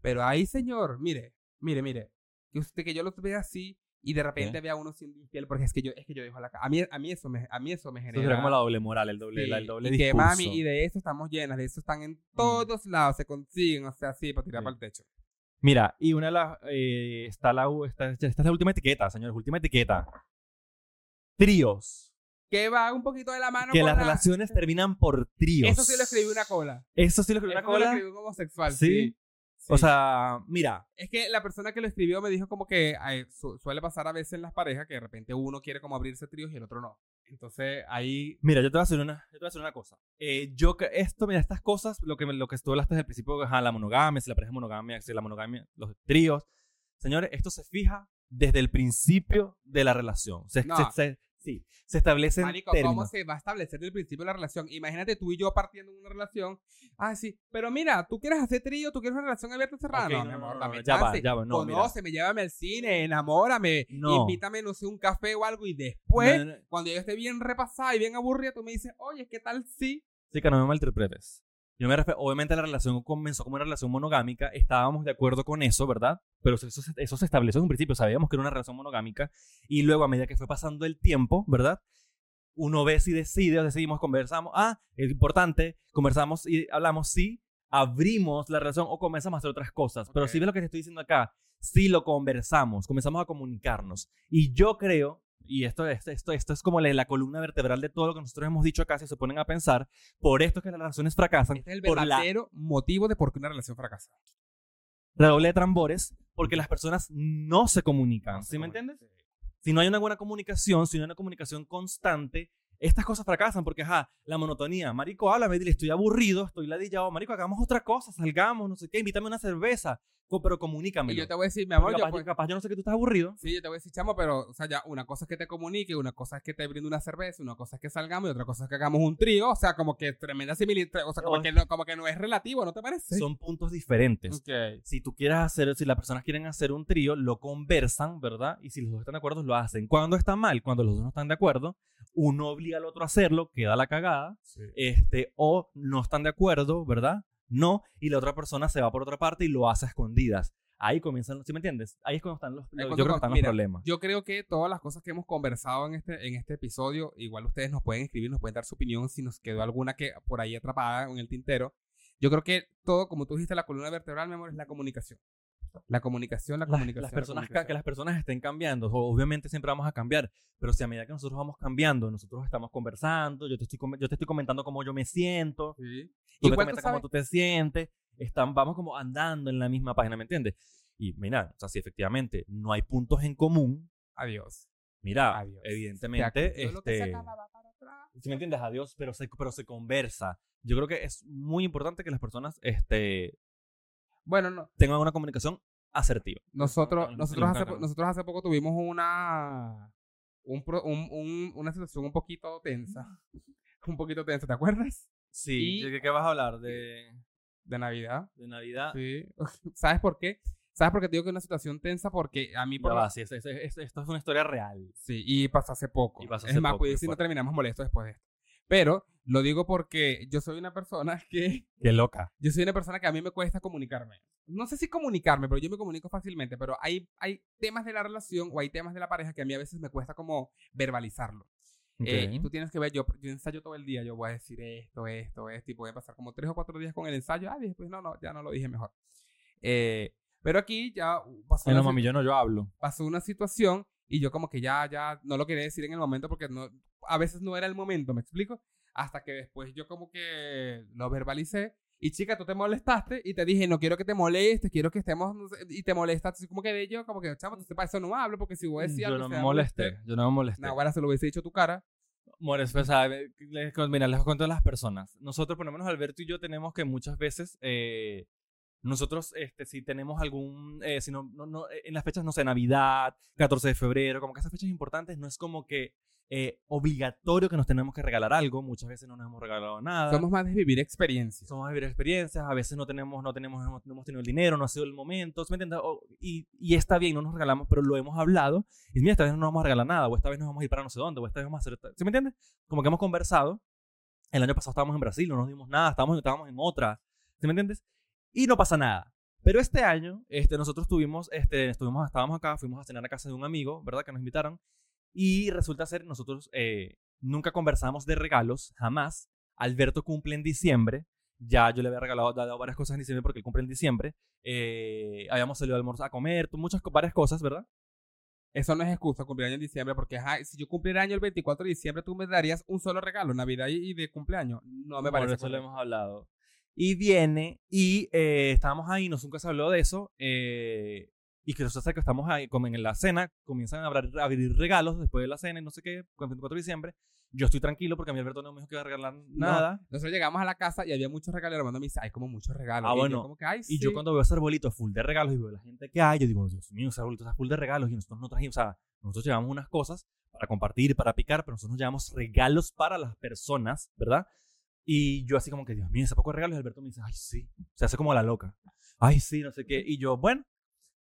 S1: Pero ahí, señor, mire, mire, mire, que usted que yo lo vea así y de repente vea a uno siendo infiel porque es que yo es que yo dejo la ca- a mí a mí eso me a mí eso me
S2: Eso
S1: genera
S2: sería como la doble moral, el doble,
S1: Sí,
S2: la- el doble
S1: y que
S2: discurso. Mm.
S1: mami y de eso estamos llenas, de eso están en todos lados, se consiguen, o sea, sí, para tirar
S2: Sí.
S1: para el techo.
S2: Mira, y una de las... eh, está la, u- esta, esta es la última etiqueta, señores, última etiqueta. Tríos.
S1: Que va un poquito de la mano
S2: que
S1: con
S2: las
S1: la-
S2: relaciones terminan por tríos.
S1: Eso sí lo escribí una cola.
S2: Eso sí lo escribió
S1: Eso
S2: una
S1: me Lo
S2: cola.
S1: escribí un homosexual.
S2: ¿Sí?
S1: Sí.
S2: O
S1: Sí.
S2: sea, mira,
S1: es que la persona que lo escribió me dijo como que ay, su- suele pasar a veces en las parejas que de repente uno quiere como abrirse tríos y el otro no. Entonces ahí
S2: Mira, yo te voy a hacer una, yo te voy a hacer una cosa. Eh, yo, cre- esto, mira, estas cosas, lo que, me- lo que tú hablaste desde el principio, ajá, la monogamia, si la pareja es monogamia, si la monogamia, los tríos. Señores, esto se fija desde el principio de la relación. Se,
S1: No.
S2: se- se- sí, se establecen
S1: Marico, ¿cómo
S2: términos.
S1: se va a establecer el principio de la relación? Imagínate tú y yo partiendo de una relación. Ah, sí, pero mira, tú quieres hacer trío, tú quieres una relación abierta o cerrada.
S2: Ok,
S1: no,
S2: no,
S1: mi
S2: no,
S1: amor,
S2: no,
S1: dame
S2: no, ya va,
S1: chance.
S2: ya va, no, mira.
S1: Conóceme, llévame al cine, enamórame,
S2: No.
S1: invítame, no sé, un café o algo. Y después,
S2: No, no, no.
S1: cuando yo esté bien repasada y bien aburrida, tú me dices, oye, ¿qué tal si?
S2: Chica, no me malinterpretes. Yo me refiero- obviamente la relación comenzó como una relación monogámica, estábamos de acuerdo con eso, ¿verdad? Pero eso, se- eso se estableció en un principio, sabíamos que era una relación monogámica y luego a medida que fue pasando el tiempo, ¿verdad? Uno ve si decide, o decidimos, conversamos, ah, es importante, conversamos y hablamos, sí, abrimos la relación o comenzamos a hacer otras cosas. Pero
S1: Ok.
S2: si ves lo que te estoy diciendo acá, si lo conversamos, comenzamos a comunicarnos. Y yo creo, y esto, esto, esto, esto es como la, la columna vertebral de todo lo que nosotros hemos dicho acá, si se ponen a pensar, por esto es que las relaciones fracasan,
S1: Este es el
S2: por la,
S1: verdadero motivo de por qué una relación fracasa.
S2: la doble de tambores, porque las personas no se comunican. ¿Sí me entiendes? Si no hay una buena comunicación, si no hay una comunicación constante, estas cosas fracasan porque, ajá, la monotonía. Marico, háblame, dile, estoy aburrido, estoy ladillado. Marico, hagamos otra cosa, salgamos, no sé qué, invítame una cerveza, co- pero comunícame.
S1: Y yo te voy a decir, mi amor, yo,
S2: capaz,
S1: pues,
S2: capaz yo no sé que tú estás aburrido.
S1: sí, yo te voy a decir, chamo, pero, o sea, ya, una cosa es que te comunique, una cosa es que te brinde una cerveza, una cosa es que salgamos y otra cosa es que hagamos un trío, o sea, como que tremenda similitud, o sea, como
S2: Oh.
S1: que, no, como que no es relativo, ¿no te parece?
S2: Son puntos diferentes.
S1: Ok.
S2: Si tú quieres hacer, si las personas quieren hacer un trío, lo conversan, ¿verdad? Y si los dos están de acuerdo, lo hacen. Cuando está mal, cuando los dos no están de acuerdo, uno obliga al otro a hacerlo, queda la cagada, este, o no están de acuerdo, ¿verdad? No, y la otra persona se va por otra parte y lo hace a escondidas. Ahí comienzan, los- ¿sí me entiendes? Ahí es cuando están los,
S1: Ahí
S2: yo
S1: cuando
S2: creo que
S1: con-
S2: están los
S1: mira,
S2: problemas.
S1: Yo creo que todas las cosas que hemos conversado en este, en este episodio, igual ustedes nos pueden escribir, nos pueden dar su opinión si nos quedó alguna que por ahí atrapada en el tintero. Yo creo que todo, como tú dijiste, la columna vertebral, mi amor, es la comunicación. La comunicación, la
S2: Las-
S1: comunicación.
S2: las
S1: la
S2: personas ca- que
S1: comunicación.
S2: las personas estén cambiando o- obviamente siempre vamos a cambiar pero si a medida que nosotros vamos cambiando nosotros estamos conversando yo te estoy com- yo te estoy comentando cómo yo me siento
S1: Sí.
S2: tú me
S1: Igual tú
S2: comentas cómo
S1: sabes-
S2: tú te sientes están vamos como andando en la misma página me entiendes y mira o sea si efectivamente no hay puntos en común
S1: Adiós.
S2: Mira,
S1: Adiós.
S2: Ah, evidentemente,
S1: Todo lo que se
S2: este,
S1: acaba va para atrás.
S2: si me entiendes, adiós, pero se, pero se conversa. Yo creo que es muy importante que las personas este,
S1: Bueno, no,
S2: tengan una comunicación asertiva.
S1: Nosotros,
S2: Los- los
S1: nosotros, hace,
S2: encargan.
S1: po- nosotros hace poco tuvimos una, un pro- un- un- una situación un poquito
S2: *laughs*
S1: tensa. Un poquito tensa, ¿te acuerdas?
S2: Sí,
S1: Y-
S2: ¿de qué- qué vas a hablar? ¿De,
S1: De Navidad.
S2: de Navidad?
S1: Sí. *laughs* ¿Sabes por qué? ¿Sabes por qué te digo que es una situación tensa? Porque a mí
S2: Ya
S1: por
S2: va, sí, es- es- es- esto es una historia real.
S1: Sí, y pasó hace poco.
S2: Y pasó
S1: es
S2: hace
S1: más,
S2: poco,
S1: cuidado
S2: es
S1: si no
S2: fuerte.
S1: terminamos molestos después de esto. Pero lo digo porque yo soy una persona *laughs* que...
S2: Qué loca.
S1: Yo soy una persona que a mí me cuesta comunicarme. No sé si comunicarme, pero yo me comunico fácilmente. Pero hay, hay temas de la relación o hay temas de la pareja que a mí a veces me cuesta como verbalizarlo. Eh, y tú tienes que ver, yo, yo ensayo todo el día, yo voy a decir esto, esto, esto, y puede pasar como tres o cuatro días con el ensayo. Ah, después no, no, ya no lo dije mejor. Eh, pero aquí ya pasó
S2: En
S1: una,
S2: los
S1: si-
S2: mamillones yo hablo.
S1: pasó una situación y yo como que ya, ya, no lo quería decir en el momento porque no, a veces no era el momento, ¿me explico? Hasta que después yo como que lo verbalicé y chica, tú te molestaste y te dije, no quiero que te molestes, quiero que estemos, no sé, y te molestaste, así como que de yo, como que, chamo, tú sepas, eso no hablo porque si voy a decir
S2: Mm, Yo
S1: algo...
S2: no
S1: se
S2: me
S1: va a
S2: molesté. este".
S1: molestar".
S2: Yo no me molesté.
S1: Nah, bueno, se lo hubiese dicho a tu cara.
S2: Bueno, es- o sea, eh, les, con- mira, les cuento a las personas. Nosotros, por lo menos Alberto y yo, tenemos que muchas veces, eh, nosotros, este, si tenemos algún, eh, si no, no- no, eh, en las fechas, no sé, Navidad, 14 de febrero, como que esas fechas importantes, no es como que eh, obligatorio que nos tenemos que regalar algo. Muchas veces no nos hemos regalado nada.
S1: Somos más de vivir experiencias.
S2: somos a vivir experiencias, a veces no tenemos, no tenemos, no hemos tenido el dinero, no ha sido el momento, ¿sí ¿me entiendes? O- y, y está bien, no nos regalamos, pero lo hemos hablado, y mira, esta vez no nos vamos a regalar nada, o esta vez nos vamos a ir para no sé dónde, o esta vez vamos a hacer, ¿sí me entiendes? Como que hemos conversado, el año pasado estábamos en Brasil, no nos dimos nada, estábamos, estábamos en otra, ¿sí me entiendes? Y no pasa nada. Pero este año, este, nosotros tuvimos, este, estuvimos, estábamos acá, fuimos a cenar a casa de un amigo, ¿verdad? Que nos invitaron, y resulta ser, nosotros eh, nunca conversamos de regalos, jamás. Alberto cumple en diciembre, ya yo le había regalado dado varias cosas en diciembre porque él cumple en diciembre. Eh, habíamos salido a almorzar, a comer, tu- muchas co- varias cosas, ¿verdad?
S1: Eso no es excusa, cumpleaños en diciembre, porque ajá, si yo cumpliera año el 24 de diciembre, tú me darías un solo regalo, Navidad y y de cumpleaños. No me
S2: Por
S1: parece.
S2: eso lo
S1: correcto.
S2: hemos hablado. Y viene, y eh, estábamos ahí, nos nunca se habló de eso. eh, y que resulta ser que estamos ahí, como en la cena, comienzan a abrir, a abrir regalos después de la cena y no sé qué, con el 24 de diciembre. Yo estoy tranquilo porque a mí Alberto no me dijo que iba a regalar nada.
S1: Nosotros llegamos a la casa y había muchos regalos. Y Armando me dice, hay como muchos regalos.
S2: Ah,
S1: y yo
S2: bueno.
S1: como que, "Ay,
S2: Y yo
S1: sí".
S2: cuando veo ese arbolito full de regalos y veo la gente que hay, yo digo, Dios mío, ese arbolito está full de regalos y nosotros no trajimos, o sea, nosotros llevamos unas cosas para compartir, para picar, pero nosotros nos llevamos regalos para las personas, ¿verdad? Y yo así como que, Dios mío, ese poco de regalos y Alberto me dice, ay, sí, se hace como la loca, ay, sí, no sé qué. Y yo, bueno,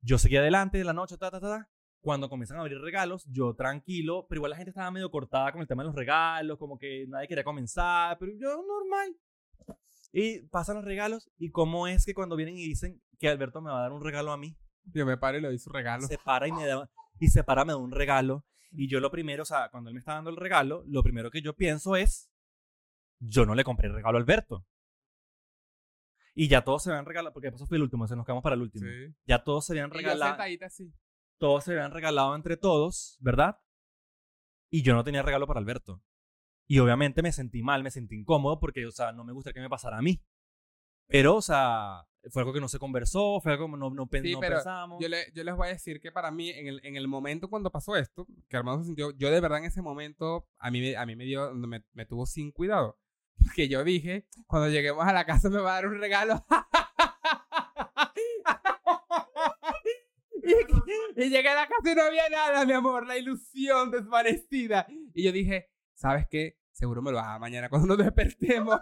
S2: yo seguí adelante de la noche, ta, ta, ta, ta. Cuando comienzan a abrir regalos, yo tranquilo, pero igual la gente estaba medio cortada con el tema de los regalos, como que nadie quería comenzar, pero yo normal. Y pasan los regalos. ¿Y cómo es que cuando vienen y dicen que Alberto me va a dar un regalo a mí?
S1: Yo me paro y le doy su regalo.
S2: Se para y me da, y se para, me da un regalo. Y yo lo primero, o sea, cuando él me está dando el regalo, lo primero que yo pienso es, yo no le compré el regalo a Alberto. Y ya todos se van regalado, porque eso fue el último, se nos quedamos para el último.
S1: Sí.
S2: Ya todos se habían
S1: Y yo
S2: regalado
S1: sentadita así.
S2: todos se habían regalado entre todos, ¿verdad? Y yo no tenía regalo para Alberto. Y obviamente me sentí mal, me sentí incómodo porque, o sea, no me gusta que me pasara a mí. Pero, o sea, fue algo que no se conversó, fue algo que no, no, pen-
S1: Sí,
S2: no
S1: pero
S2: pensamos.
S1: Yo, le- yo les voy a decir que para mí, en el, en el momento cuando pasó esto, que Armando se sintió, yo de verdad en ese momento, a mí, me- a mí me dio, me, me tuvo sin cuidado. Porque yo dije, cuando lleguemos a la casa me va a dar un regalo. *laughs* y, y llegué a la casa y no había nada, mi amor, la ilusión desvanecida. Y yo dije, ¿sabes qué? Seguro me lo va a dar mañana cuando nos despertemos.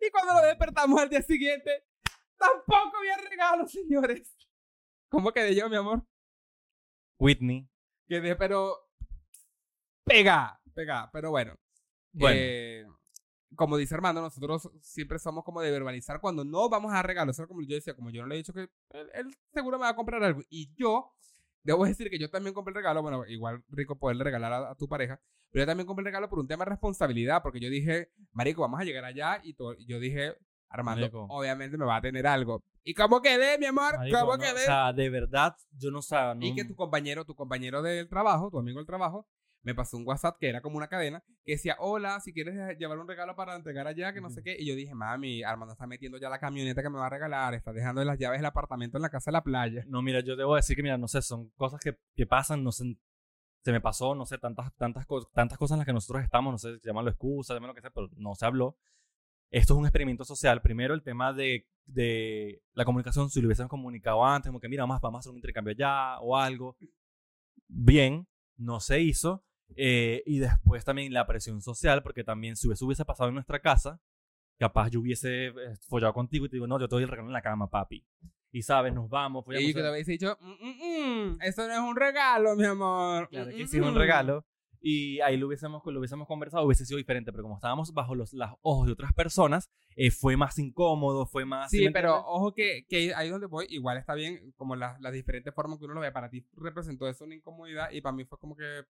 S1: y cuando nos despertamos al día siguiente, tampoco había regalo, señores. ¿Cómo quedé yo, mi amor?
S2: Whitney.
S1: Quedé, pero. Pega, pega, pero bueno.
S2: Bueno.
S1: Eh, como dice Armando, nosotros siempre somos como de verbalizar cuando no vamos a regalos. Eso era como yo decía, como yo no le he dicho que él, él seguro me va a comprar algo. Y yo, debo decir que yo también compré el regalo. Bueno, igual rico poderle regalar a, a tu pareja. Pero yo también compré el regalo por un tema de responsabilidad. Porque yo dije, Marico, vamos a llegar allá. Y todo- yo dije, Armando,
S2: Marico.
S1: obviamente me va a tener algo. ¿Y cómo quedé, mi amor?
S2: marico,
S1: ¿Cómo
S2: no, o
S1: quedé?
S2: sea, de verdad, yo no sabía.
S1: Y que tu compañero, tu compañero del trabajo, tu amigo del trabajo, me pasó un WhatsApp que era como una cadena que decía, hola, si quieres eh, llevar un regalo para entregar allá, que no sé
S2: Ujú.
S1: qué. Y yo dije, mami, Armando está metiendo ya la camioneta que me va a regalar, está dejando las llaves del apartamento en la casa de la playa.
S2: No, mira, yo debo decir que, mira, no sé, son cosas que, que pasan, no sé, se me pasó, no sé, tantas, tantas, cosas tantas cosas en las que nosotros estamos, no sé, llámalo excusa, llámalo lo que sea, pero no se habló. Esto es un experimento social. Primero, el tema de, de la comunicación, si lo hubiésemos comunicado antes, como que mira, vamos, vamos a hacer un intercambio allá o algo. Bien, no se hizo. Eh, y después también la presión social, porque también si hubiese, hubiese pasado en nuestra casa, capaz yo hubiese eh, follado contigo y te digo, no, yo te doy el regalo en la cama, papi. Y sabes, nos vamos. follamos,
S1: Y que te habéis dicho, "Mm, mm, mm, eso no es un regalo, mi amor.
S2: Claro que
S1: Mm,
S2: sí, es un
S1: mm".
S2: regalo. Y ahí lo hubiésemos, lo hubiésemos conversado, hubiese sido diferente, pero como estábamos bajo los las ojos de otras personas, eh, fue más incómodo, fue más... ¿sí
S1: Sí,
S2: me
S1: pero
S2: entiendes?
S1: ojo que, que ahí donde voy, igual está bien, como las, las diferentes formas que uno lo ve. Para ti representó eso una incomodidad y para mí fue como que.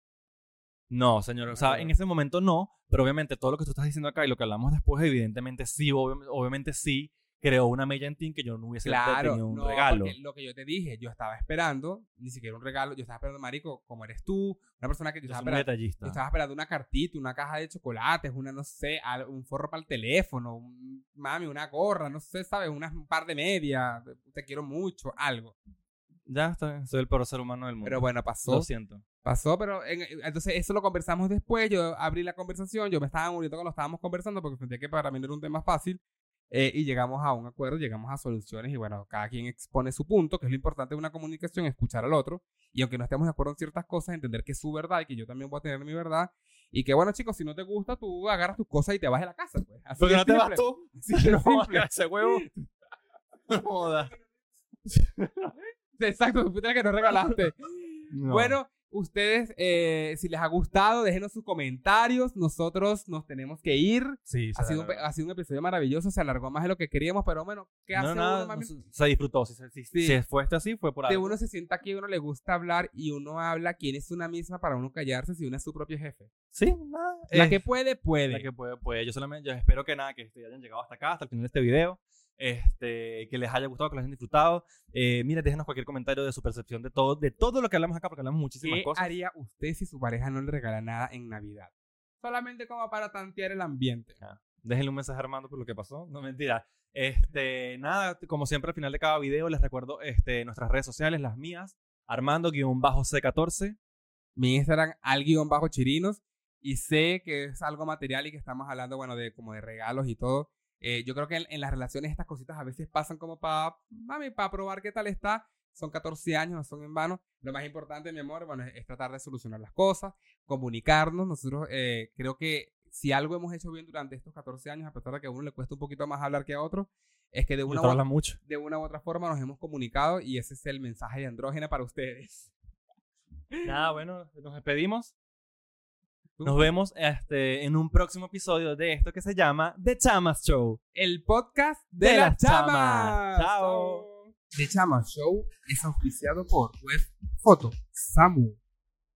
S2: No, señor, o sea, en ese momento no, pero obviamente todo lo que tú estás diciendo acá y lo que hablamos después, evidentemente sí, obvi- obviamente sí, creó una mella en ti en que yo no hubiese
S1: Claro,
S2: tenido un
S1: no,
S2: regalo.
S1: porque lo que yo te dije, yo estaba esperando, ni siquiera un regalo, yo estaba esperando, Marico, como eres tú, una persona que yo
S2: Yo
S1: estaba
S2: soy muy
S1: esperando.
S2: detallista.
S1: Yo estaba esperando una cartita, una caja de chocolates, una, no sé, al- un forro para el teléfono, un, mami, una gorra, no sé, ¿sabes? Unas- un par de medias, te quiero mucho, algo.
S2: Ya, está bien, soy el peor ser humano del mundo.
S1: Pero bueno, pasó.
S2: lo siento.
S1: Pasó, pero en- entonces eso lo conversamos después. Yo abrí la conversación, yo me estaba muriendo cuando estábamos conversando porque sentía que para mí no era un tema fácil. eh, y llegamos a un acuerdo, llegamos a soluciones y bueno, cada quien expone su punto, que es lo importante de una comunicación, escuchar al otro. Y aunque no estemos de acuerdo en ciertas cosas, entender que es su verdad y que yo también voy a tener mi verdad. Y que bueno, chicos, si no te gusta, tú agarras tus cosas y te vas de la casa. Pues. Así
S2: Porque
S1: de
S2: no te vas
S1: simple.
S2: *laughs* tú.
S1: Sí, de simple.
S2: ese huevo. *laughs* No jodas.
S1: Exacto, tú fuiste la que nos regalaste.
S2: No.
S1: Bueno, ustedes, eh, si les ha gustado, déjenos sus comentarios. Nosotros nos tenemos que ir.
S2: Sí,
S1: Ha
S2: se
S1: sido, un,
S2: la-
S1: pe- ha sido un episodio maravilloso, se alargó más de lo que queríamos, pero bueno, ¿qué hace
S2: No, nada,
S1: uno, mami?
S2: no se- se disfrutó. Si, si,
S1: Sí.
S2: si fue este así, fue por
S1: De
S2: algo.
S1: uno se sienta aquí, uno le gusta hablar y uno habla. ¿Quién es una misma para uno callarse si uno es su propio jefe?
S2: Sí, nada.
S1: la
S2: eh,
S1: que puede, puede.
S2: la que puede, puede. Yo solamente yo espero que nada, que este- hayan llegado hasta acá, hasta el final de este video. Este, que les haya gustado, que lo hayan disfrutado. Eh, mira, déjenos cualquier comentario de su percepción de todo, de todo lo que hablamos acá, porque hablamos muchísimas
S1: ¿Qué
S2: cosas.
S1: haría usted si su pareja no le regala nada en Navidad? Solamente como para tantear el ambiente.
S2: Déjenle un mensaje a Armando por lo que pasó. No, mentira. Este, nada, como siempre al final de cada video les recuerdo este, nuestras redes sociales, las mías, Armando-C14.
S1: mi Instagram al guión bajo chirinos y sé que es algo material y que estamos hablando, bueno, de como de regalos y todo. Eh, yo creo que en, en las relaciones estas cositas a veces pasan como para, mami, para probar qué tal está. Son 14 años, no son en vano. Lo más importante, mi amor, bueno, es, es tratar de solucionar las cosas, comunicarnos. Nosotros eh, creo que si algo hemos hecho bien durante estos 14 años, a pesar de que a uno le cuesta un poquito más hablar que a otro, es que de
S2: Yo
S1: una,
S2: te
S1: u,
S2: habla mucho.
S1: de una u otra forma nos hemos comunicado y ese es el mensaje de Andrógena para ustedes.
S2: Nada, bueno, nos despedimos.
S1: Tú.
S2: Nos vemos este, en un próximo episodio de esto que se llama The Chamas Show.
S1: el podcast de,
S2: De
S1: las
S2: las
S1: chamas.
S2: chamas. Chao.
S1: De Chamas Show es auspiciado por Web Foto, Samu,